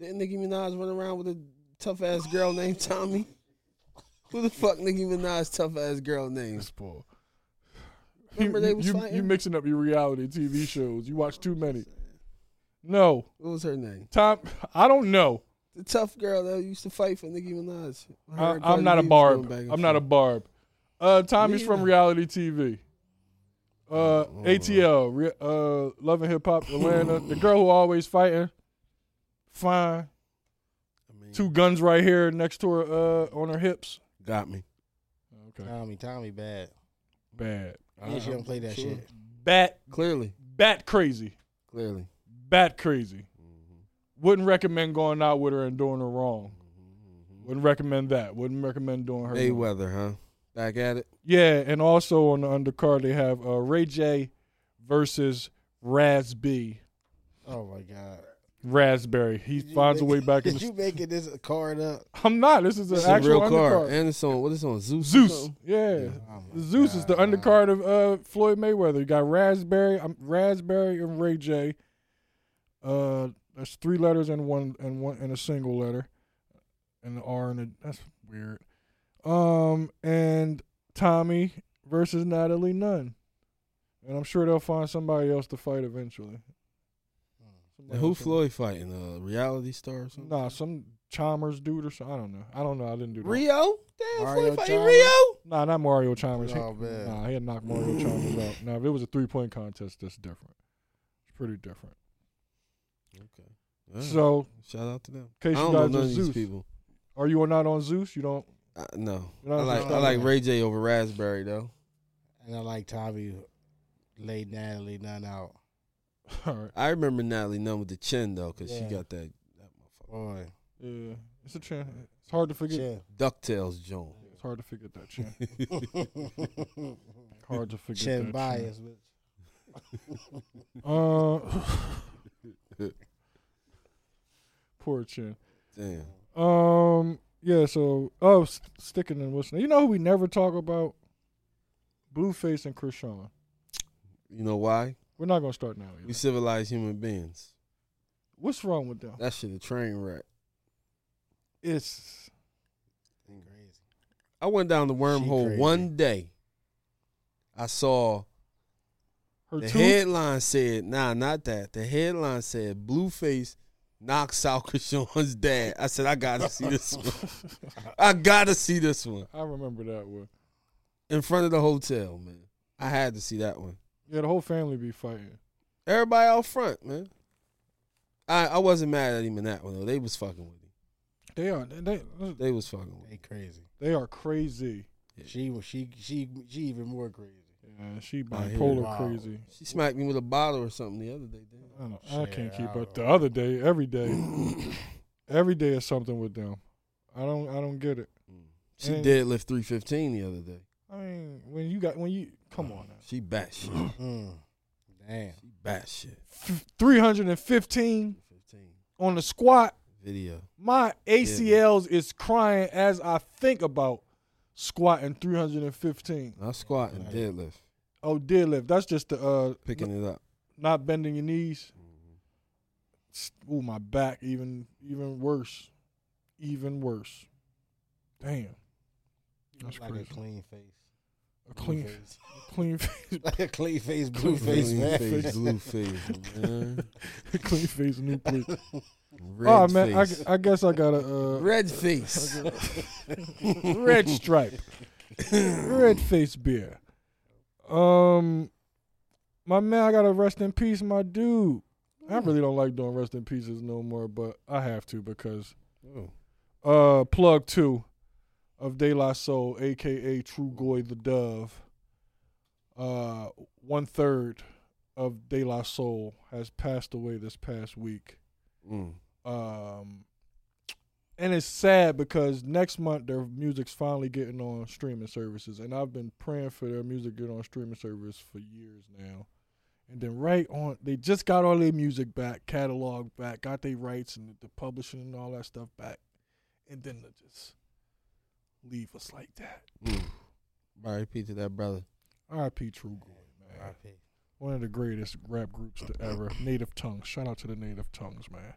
Speaker 2: Didn't Nicki Minaj run around with a tough ass girl named Tommy? Who the fuck Nicki Minaj tough ass girl names?
Speaker 1: This ball.
Speaker 2: Remember
Speaker 1: you,
Speaker 2: they was
Speaker 1: you-
Speaker 2: fighting?
Speaker 1: you mixing up your reality TV shows. You watch too many. No,
Speaker 2: What was her name?
Speaker 1: Tom. I don't know.
Speaker 2: The tough girl that used to fight for Nicki Minaj. Her
Speaker 1: I,
Speaker 2: and Cardi
Speaker 1: I'm not a
Speaker 2: B was going
Speaker 1: barb.
Speaker 2: back and
Speaker 1: I'm not a
Speaker 2: forth.
Speaker 1: barb. Uh, Tommy's from
Speaker 2: Neither.
Speaker 1: reality TV. Uh,
Speaker 2: Oh,
Speaker 1: ATL, re- uh, Love and Hip Hop, Atlanta. the girl who always fighting. Fine.
Speaker 2: I mean,
Speaker 1: Two guns right here next to her uh, on her hips.
Speaker 2: got me.
Speaker 1: Okay.
Speaker 3: Tommy, Tommy bad.
Speaker 1: Bad.
Speaker 3: Yeah,
Speaker 1: Uh-huh.
Speaker 3: she don't play that
Speaker 2: sure.
Speaker 3: shit.
Speaker 1: Bat.
Speaker 2: Clearly,
Speaker 1: Bat crazy.
Speaker 2: clearly.
Speaker 1: Bat crazy. Wouldn't recommend going out with her and doing her wrong. Wouldn't recommend that. Wouldn't recommend doing her. wrong.
Speaker 2: Mayweather, huh? Back at it.
Speaker 1: Yeah, and also on the undercard they have uh, Ray J versus Raz B.
Speaker 3: Oh my god.
Speaker 1: Raspberry. He
Speaker 3: Did you
Speaker 1: finds a
Speaker 3: make-
Speaker 1: way back in
Speaker 3: Did
Speaker 1: the.
Speaker 3: you making this card up?
Speaker 1: I'm not. This is an
Speaker 2: It's a
Speaker 1: actual
Speaker 2: real car.
Speaker 1: undercard.
Speaker 2: And it's on what is it on Zeus? or
Speaker 1: Zeus.
Speaker 2: something?
Speaker 1: Yeah.
Speaker 3: Oh my
Speaker 1: Zeus is the
Speaker 3: God, man.
Speaker 1: undercard of uh, Floyd Mayweather. You got Raspberry, um, Raspberry and Ray J. Uh, that's three letters and one and one and a single letter, and the R and a, that's weird. Um, and Tommy versus Natalie Nunn, and I'm sure they'll find somebody else to fight eventually.
Speaker 2: And who Floyd fighting? A reality star or something?
Speaker 1: Nah, some Chalmers dude or something. I don't know. I don't know. I didn't do that.
Speaker 2: Rio? Damn,
Speaker 3: Mario
Speaker 2: Floyd fighting
Speaker 3: Chalmers?
Speaker 2: Rio?
Speaker 1: Nah, not Mario Chalmers. He-
Speaker 3: Oh, man.
Speaker 1: Nah, he had knocked Mario Chalmers out. Now, if it was a three point contest, that's different. It's pretty different.
Speaker 2: All right.
Speaker 1: So,
Speaker 2: shout out to them.
Speaker 1: in
Speaker 2: I
Speaker 1: case you
Speaker 2: don't know
Speaker 1: guys
Speaker 2: none
Speaker 1: are
Speaker 2: of these
Speaker 1: Zeus,
Speaker 2: people.
Speaker 1: are you or not on Zeus? You don't.
Speaker 2: Uh, no,
Speaker 1: You know
Speaker 2: I
Speaker 1: what
Speaker 2: like
Speaker 1: I'm
Speaker 2: I like
Speaker 1: saying?
Speaker 2: Ray J over Raspberry though.
Speaker 3: And I like Tommy laid Natalie none out.
Speaker 1: All right.
Speaker 2: I remember Natalie Nunn with the chin though, cause
Speaker 3: Yeah.
Speaker 2: she got that, that motherfucker.
Speaker 3: Boy,
Speaker 1: Yeah, it's a chance. It's hard to forget.
Speaker 3: yeah.
Speaker 2: Ducktales Joan.
Speaker 1: It's hard to forget that chin. Hard to forget
Speaker 3: Chin
Speaker 1: that
Speaker 3: bias, bitch.
Speaker 1: chin. Uh, poor chin.
Speaker 2: Damn.
Speaker 1: Um, yeah. So, oh, s- sticking and listening. You know who we never talk about? Blueface and Chris Sean.
Speaker 2: You know why?
Speaker 1: We're not gonna start now.
Speaker 2: We civilized human beings.
Speaker 1: What's wrong with them?
Speaker 2: That shit a train wreck.
Speaker 1: It's
Speaker 3: Crazy.
Speaker 2: I went down the wormhole
Speaker 3: crazy.
Speaker 2: one day. I saw
Speaker 1: her
Speaker 2: the
Speaker 1: tooth.
Speaker 2: headline said, nah, not that. The headline said Blueface knocks out Krishan's dad. I said, I gotta see this one. I gotta see this one.
Speaker 1: I remember that one.
Speaker 2: In front of the hotel, man. I had to see that one.
Speaker 1: Yeah, the whole family be fighting.
Speaker 2: Everybody out front, man. I, I wasn't mad at him in that one though. They was fucking with him.
Speaker 1: They are they
Speaker 2: They was fucking with him.
Speaker 3: They crazy.
Speaker 1: they are crazy.
Speaker 3: She was she she she even more crazy.
Speaker 1: Yeah, she
Speaker 2: I hear
Speaker 1: bipolar
Speaker 3: you. Wow.
Speaker 1: crazy.
Speaker 2: She smacked me with a bottle or something the other day. Damn.
Speaker 1: I, don't, I can't
Speaker 3: Shit,
Speaker 1: keep
Speaker 3: I
Speaker 1: up.
Speaker 3: don't
Speaker 1: The
Speaker 3: know.
Speaker 1: other day, every day, every day is something with them. I don't, I don't get it.
Speaker 2: She
Speaker 1: And-
Speaker 2: deadlift three fifteen the other day.
Speaker 1: I mean, when you got, when you,
Speaker 3: Uh.
Speaker 1: come on, now.
Speaker 2: She bat shit.
Speaker 3: Mm. Damn.
Speaker 2: She bat shit.
Speaker 1: three hundred and fifteen
Speaker 2: Fifteen
Speaker 1: on the squat.
Speaker 2: video.
Speaker 1: My ACLs is crying as I think about squatting three hundred and fifteen.
Speaker 2: I squat and deadlift,
Speaker 1: Oh, deadlift. That's just the uh,
Speaker 2: picking Mm-hmm. it up.
Speaker 1: not bending your knees. Ooh, my back even even worse, even worse. Damn, That's
Speaker 3: like
Speaker 1: crazy.
Speaker 3: a clean face.
Speaker 1: a
Speaker 3: Blue
Speaker 1: clean,
Speaker 3: face.
Speaker 1: clean face,
Speaker 3: like a clean face, blue face,
Speaker 2: Green
Speaker 3: man.
Speaker 2: face, blue face, man.
Speaker 1: clean face, new plate.
Speaker 2: Red
Speaker 1: Oh man, I,
Speaker 2: face.
Speaker 1: I guess I got a uh,
Speaker 2: Red face.
Speaker 1: red stripe, red face beer. Um, my man, I got to rest in peace, my dude. I really don't like doing rest in pieces no more, but I have to because
Speaker 2: Oh,
Speaker 1: uh plug two of De La Soul, aka True Goy the Dove. Uh one third of De La Soul has passed away this past week.
Speaker 2: mm.
Speaker 1: Um and it's sad because next month their music's finally getting on streaming services and I've been praying for their music to get on streaming service for years now. And then right on they just got all their music back, catalog back, got their rights and the publishing and all that stuff back. And then they just leave us like that.
Speaker 2: Mm. R.I.P. to that brother.
Speaker 1: R.I.P. True Gold, man. One of the greatest rap groups to ever. Native Tongues. Shout out to the Native Tongues, man.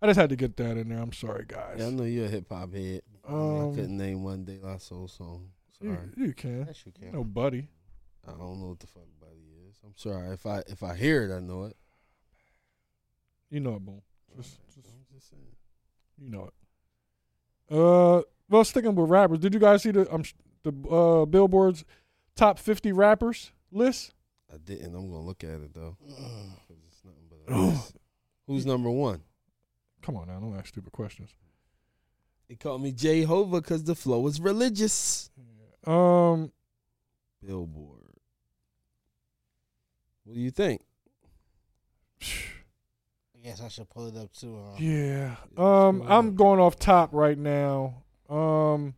Speaker 1: I just had to get that in there. I'm sorry, guys.
Speaker 2: Yeah, I know you're a hip hop head. I
Speaker 1: Um,
Speaker 2: couldn't name one De La Soul song. Sorry.
Speaker 1: you, you can.
Speaker 3: Yes, you can.
Speaker 1: No, buddy.
Speaker 2: I don't know what the fuck buddy is. I'm sorry. If I if I hear it, I know it.
Speaker 1: You know it, boom. Just, just,
Speaker 2: I'm just saying.
Speaker 1: you know it. Uh, well, sticking with rappers, did you guys see the um, the uh, Billboard's top 50 rappers list?
Speaker 2: I didn't. I'm gonna look at it though. 'cause it's nothing but a
Speaker 1: Oh.
Speaker 2: mess. Who's number one?
Speaker 1: Come on now, don't ask stupid questions.
Speaker 2: They call me Jehovah because the flow is religious.
Speaker 1: Um,
Speaker 2: Billboard. What do you think?
Speaker 3: I guess I should pull it up too. Huh?
Speaker 1: Yeah.
Speaker 2: it's
Speaker 1: Um,
Speaker 2: really
Speaker 1: I'm
Speaker 2: up
Speaker 1: going off top right now. Um,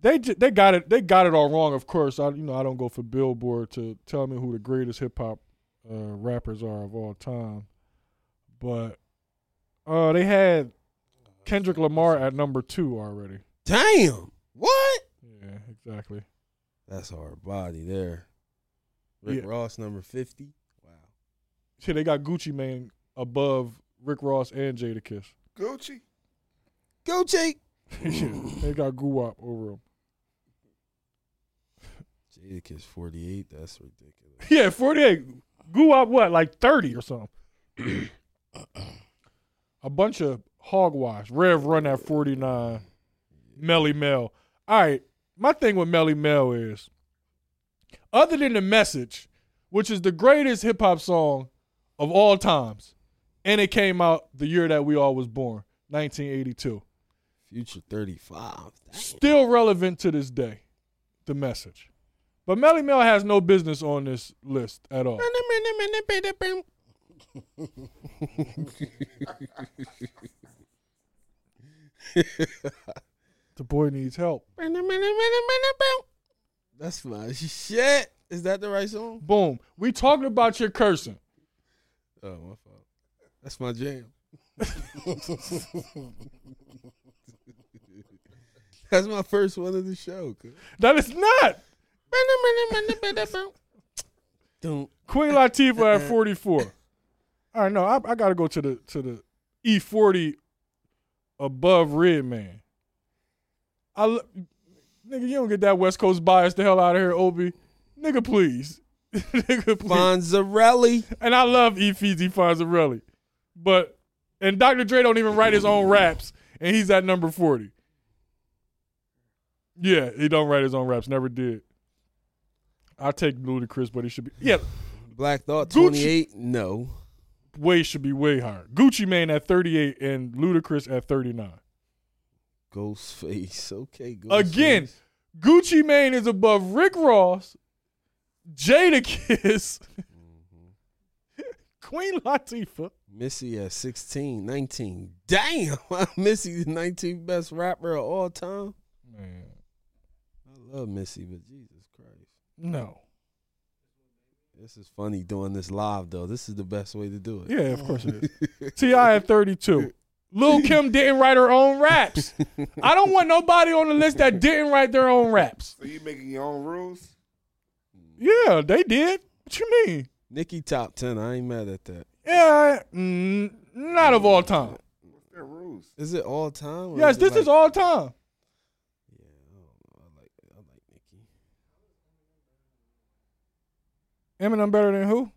Speaker 1: they ju- they got it they got it all wrong. Of course, I you know I don't go for Billboard to tell me who the greatest hip hop uh, rappers are of all time, but uh, they had Kendrick Lamar at number two already.
Speaker 2: Damn. What?
Speaker 1: Yeah, exactly.
Speaker 2: That's hard body there. Rick
Speaker 1: Yeah.
Speaker 2: Ross number fifty. Wow.
Speaker 1: See, they got Gucci Mane above Rick Ross and Jada Kiss.
Speaker 4: Gucci.
Speaker 2: Go Jake.
Speaker 1: they got Guwap over him.
Speaker 2: Jadakiss forty eight. That's ridiculous.
Speaker 1: Yeah, 48. Guwap what like 30 or something. a bunch of hogwash. Rev run at 49. Melly Mel. All right. my thing with Melly Mel is, other than the message, which is the greatest hip hop song of all times, and it came out the year that we all was born, 1982.
Speaker 2: Future 35.
Speaker 1: Still relevant to this day, the message. But Melly Mel has no business on this list at all. The boy needs help.
Speaker 2: That's my shit. Is that the right song?
Speaker 1: Boom. We talking about your cursing.
Speaker 2: Oh, my fault. That's my jam. That's my first one of the show. cuz.
Speaker 1: That is not.
Speaker 2: Don't.
Speaker 1: Queen Latifah at 44. All right, no, I, I gotta go to the to the E40 above red man. I l- nigga, you don't get that West Coast bias the hell out of here, Obi. Nigga, please, nigga, please.
Speaker 2: Fonzarelli.
Speaker 1: And I love E. Feezy Fonzarelli, but and Dr. Dre don't even write his own raps, and he's at number 40. Yeah, he don't write his own raps. Never did. I take Ludacris, but he should be yeah.
Speaker 2: Black Thought
Speaker 1: Gucci.
Speaker 2: 28. No.
Speaker 1: way should be way higher. Gucci Mane at 38 and Ludacris at 39.
Speaker 2: Ghostface. Okay, Ghostface.
Speaker 1: Again, Gucci Mane is above Rick Ross, Jada Kiss, Queen Latifah.
Speaker 2: Mm-hmm. Missy at 16, 19. Damn. Missy the 19th best rapper of all time.
Speaker 1: Man,
Speaker 2: I love Missy, but Jesus Christ.
Speaker 1: no.
Speaker 2: This is funny doing this live though. This is the best way to do it.
Speaker 1: Yeah, of course it is. T.I. at 32. Lil Kim didn't write her own raps. I don't want nobody on the list that didn't write their own raps.
Speaker 4: So you making your own rules?
Speaker 1: Yeah, they did. What you mean?
Speaker 2: Nicki top ten. I ain't mad at that.
Speaker 1: Yeah, mm, not of all time.
Speaker 4: What's their rules?
Speaker 2: Is it all time? or
Speaker 1: Yes,
Speaker 2: it
Speaker 1: this
Speaker 2: like-
Speaker 1: is all time.
Speaker 2: Yeah, I don't know. I like I like Nicki.
Speaker 1: Eminem better than who?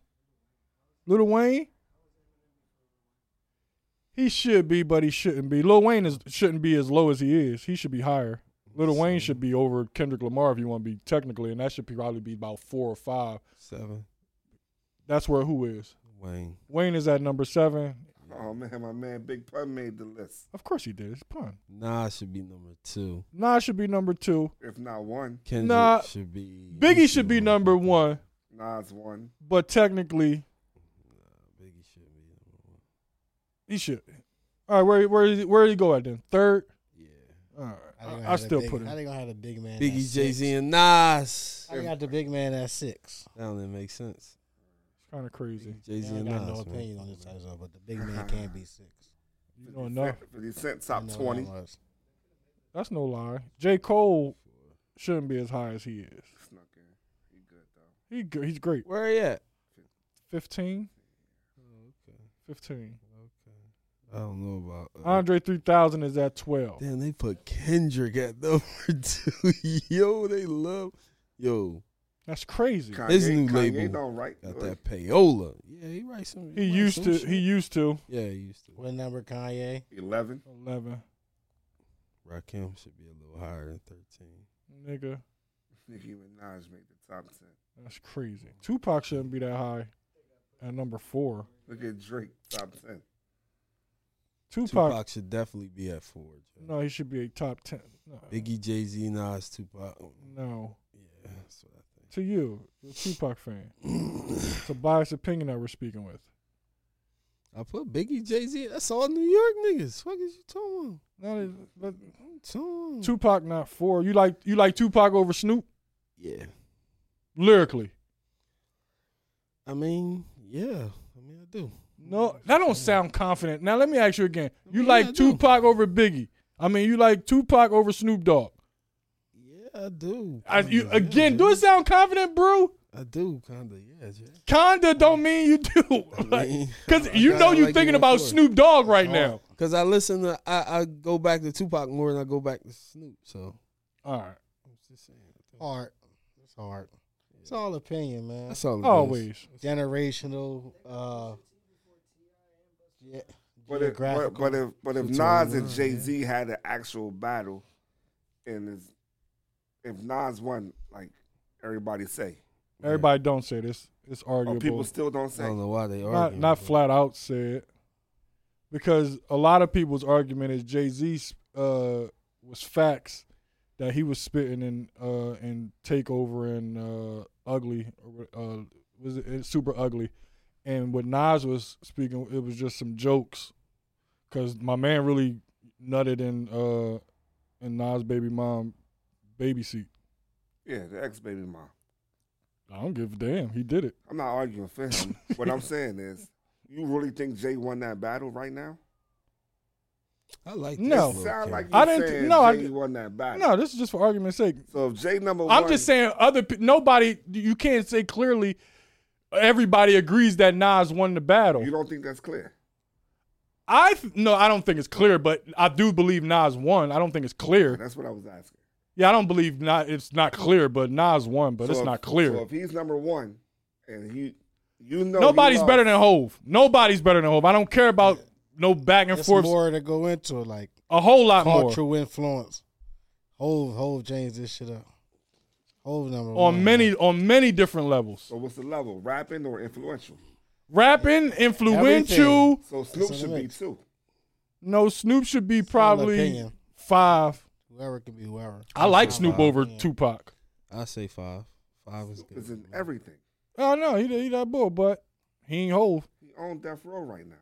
Speaker 1: Lil Wayne? He should be, but he shouldn't be. Lil Wayne is, shouldn't be as low as he is. He should be higher. Lil Wayne should be over Kendrick Lamar if you want to be technically, and that should probably be about four or five.
Speaker 2: Seven.
Speaker 1: That's where who is.
Speaker 2: Wayne.
Speaker 1: Wayne is at number seven.
Speaker 4: Oh man, my man Big Pun made the list.
Speaker 1: Of course he did. It's pun.
Speaker 2: Nas should be number two.
Speaker 1: Nas should be number two.
Speaker 4: If not one,
Speaker 2: Kendrick
Speaker 1: Nah,
Speaker 2: should be
Speaker 1: Biggie should be number one,
Speaker 4: Nas one.
Speaker 1: but technically
Speaker 2: Biggie should be number one.
Speaker 1: he should. All right, where where is he, where did he go at then? Third.
Speaker 2: Yeah.
Speaker 1: All right,
Speaker 3: I think
Speaker 1: I-
Speaker 3: I
Speaker 1: I,
Speaker 3: had a
Speaker 1: still
Speaker 3: big-
Speaker 1: put him.
Speaker 3: I think I had a big man. at
Speaker 2: Biggie, Jay
Speaker 3: six.
Speaker 2: Z, and Nas.
Speaker 3: I got the big man at six.
Speaker 2: That don't even make sense.
Speaker 1: kind of crazy.
Speaker 2: Jay Z
Speaker 3: I
Speaker 2: and
Speaker 3: got
Speaker 2: Nas.
Speaker 3: no
Speaker 2: man.
Speaker 3: opinion on this type of stuff, but the big man can't be six.
Speaker 1: You don't know.
Speaker 4: Fifty Cent
Speaker 3: I
Speaker 4: top
Speaker 3: know that
Speaker 4: twenty.
Speaker 3: was.
Speaker 1: That's no lie. J. Cole shouldn't be as high as he is.
Speaker 4: Snuck in. He good though.
Speaker 1: He g- he's great.
Speaker 2: Where he at? Oh,
Speaker 1: 15,
Speaker 2: Okay.
Speaker 1: 15.
Speaker 2: I don't know about. uh,
Speaker 1: Andre 3000 is at 12.
Speaker 2: Damn, they put Kendrick at number two. yo, they love. Yo,
Speaker 1: That's crazy.
Speaker 4: Kanye,
Speaker 2: This new
Speaker 4: Kanye
Speaker 2: label
Speaker 4: don't write.
Speaker 2: got
Speaker 4: good.
Speaker 2: that payola. Yeah, he writes some.
Speaker 1: He
Speaker 2: writes
Speaker 1: used
Speaker 2: some
Speaker 1: to
Speaker 2: shit.
Speaker 1: he used to
Speaker 2: yeah, he used to.
Speaker 3: What number, Kanye?
Speaker 4: Eleven.
Speaker 1: 11.
Speaker 2: Rakim should be a little higher than thirteen.
Speaker 1: Nigga,
Speaker 4: Nicki Minaj made the top ten.
Speaker 1: that's crazy. Tupac shouldn't be that high at number 4.
Speaker 4: Look at Drake top ten.
Speaker 1: Tupac,
Speaker 2: Tupac, should definitely be at four. Joe.
Speaker 1: no, he should be a top 10. No.
Speaker 2: Biggie, Jay Z, Nas, Tupac.
Speaker 1: No.
Speaker 2: Yeah, that's what I
Speaker 1: To you, you're a Tupac fan.
Speaker 2: think.
Speaker 1: It's a biased opinion that we're speaking with.
Speaker 2: I put Biggie, Jay Z. That's all New York niggas. What is you talking
Speaker 1: Not as- but
Speaker 2: about? Talking about?
Speaker 1: Tupac not 4. You like you like Tupac over Snoop
Speaker 2: Yeah.
Speaker 1: lyrically?
Speaker 2: I mean, yeah. I mean, I do.
Speaker 1: No, that don't sound confident. Now let me ask you again. You
Speaker 2: Yeah, I
Speaker 1: like
Speaker 2: do.
Speaker 1: Tupac over Biggie? I mean, you like Tupac over Snoop Dogg?
Speaker 2: Yeah, I do.
Speaker 1: I, you,
Speaker 2: Kinda,
Speaker 1: again,
Speaker 2: yeah,
Speaker 1: do
Speaker 2: Jay.
Speaker 1: it sound confident, bro?
Speaker 2: I do, kinda. Yeah, Jay.
Speaker 1: Kinda don't mean you do,
Speaker 2: mean,
Speaker 1: because
Speaker 2: I
Speaker 1: you
Speaker 2: kinda
Speaker 1: know you
Speaker 2: like
Speaker 1: thinking
Speaker 2: it
Speaker 1: about
Speaker 2: before.
Speaker 1: Snoop Dogg right now.
Speaker 2: Cause I listen to, I, I go back to Tupac more than I go back to Snoop. So
Speaker 1: All right,
Speaker 2: I'm just saying.
Speaker 3: Hard. It's hard. It's all opinion, man.
Speaker 2: That's all. it is.
Speaker 1: always.
Speaker 3: Generational. Uh, yeah.
Speaker 4: But if, but, but if but if
Speaker 2: Two
Speaker 4: Nas
Speaker 2: to
Speaker 4: and
Speaker 2: one,
Speaker 4: Jay Z had an actual battle, and it's if Nas won, like everybody say,
Speaker 1: Everybody don't say this. It's
Speaker 4: or
Speaker 1: arguable.
Speaker 4: people still don't
Speaker 2: I
Speaker 4: say.
Speaker 1: Oh.
Speaker 2: don't know why they are
Speaker 1: not, not flat out said because a lot of people's argument is Jay Z uh, was facts that he was spitting in uh, in Takeover and uh, Ugly uh, was it it's Super Ugly, and what Nas was speaking it was just some jokes because my man really nutted in uh, in Nas baby mom baby seat.
Speaker 4: Yeah, the ex baby mom.
Speaker 1: I don't give a damn. He did it.
Speaker 4: I'm not arguing for him. what I'm saying is, you really think Jay won that battle right now?
Speaker 2: I like
Speaker 1: No.
Speaker 2: this.
Speaker 4: Sound like you
Speaker 1: I
Speaker 4: I
Speaker 1: didn't
Speaker 4: didn't.
Speaker 1: thi-
Speaker 4: Saying
Speaker 1: no, I
Speaker 4: Jay
Speaker 1: di-
Speaker 4: won that battle.
Speaker 1: No, this is just for argument's sake.
Speaker 4: So if Jay number one,
Speaker 1: I'm just saying, other pe- nobody. You can't say clearly. Everybody agrees that Nas won the battle.
Speaker 4: you don't think that's clear.
Speaker 1: I th- no, I don't think it's clear, but I do believe Nas won. I don't think it's clear.
Speaker 4: That's what I was asking.
Speaker 1: Yeah, I don't believe not. It's not clear, but Nas won, but
Speaker 4: So
Speaker 1: it's
Speaker 4: if-
Speaker 1: not clear.
Speaker 4: So if he's number one, and he, you know, he
Speaker 1: Nobody's
Speaker 4: lost,
Speaker 1: better than Hove. Nobody's better than Hove. I don't care about no back and
Speaker 3: There's
Speaker 1: forth.
Speaker 3: more to go into, like
Speaker 1: a whole lot more
Speaker 3: cultural influence. Hove, Hove, James, this shit up. Hove number one.
Speaker 1: on many on many different levels.
Speaker 4: So what's the level? Rapping or influential?
Speaker 1: Rapping, influential.
Speaker 3: Everything.
Speaker 4: So Snoop
Speaker 3: That's
Speaker 4: should
Speaker 3: what
Speaker 4: be
Speaker 3: it is.
Speaker 4: too.
Speaker 1: No, Snoop should be probably
Speaker 3: opinion.
Speaker 1: five.
Speaker 3: Whoever can be whoever.
Speaker 1: I like Snoop over Tupac.
Speaker 2: I say five. Five is good.
Speaker 4: Is in everything.
Speaker 1: Oh no, he he that bull, but he ain't whole.
Speaker 4: He on death row right now.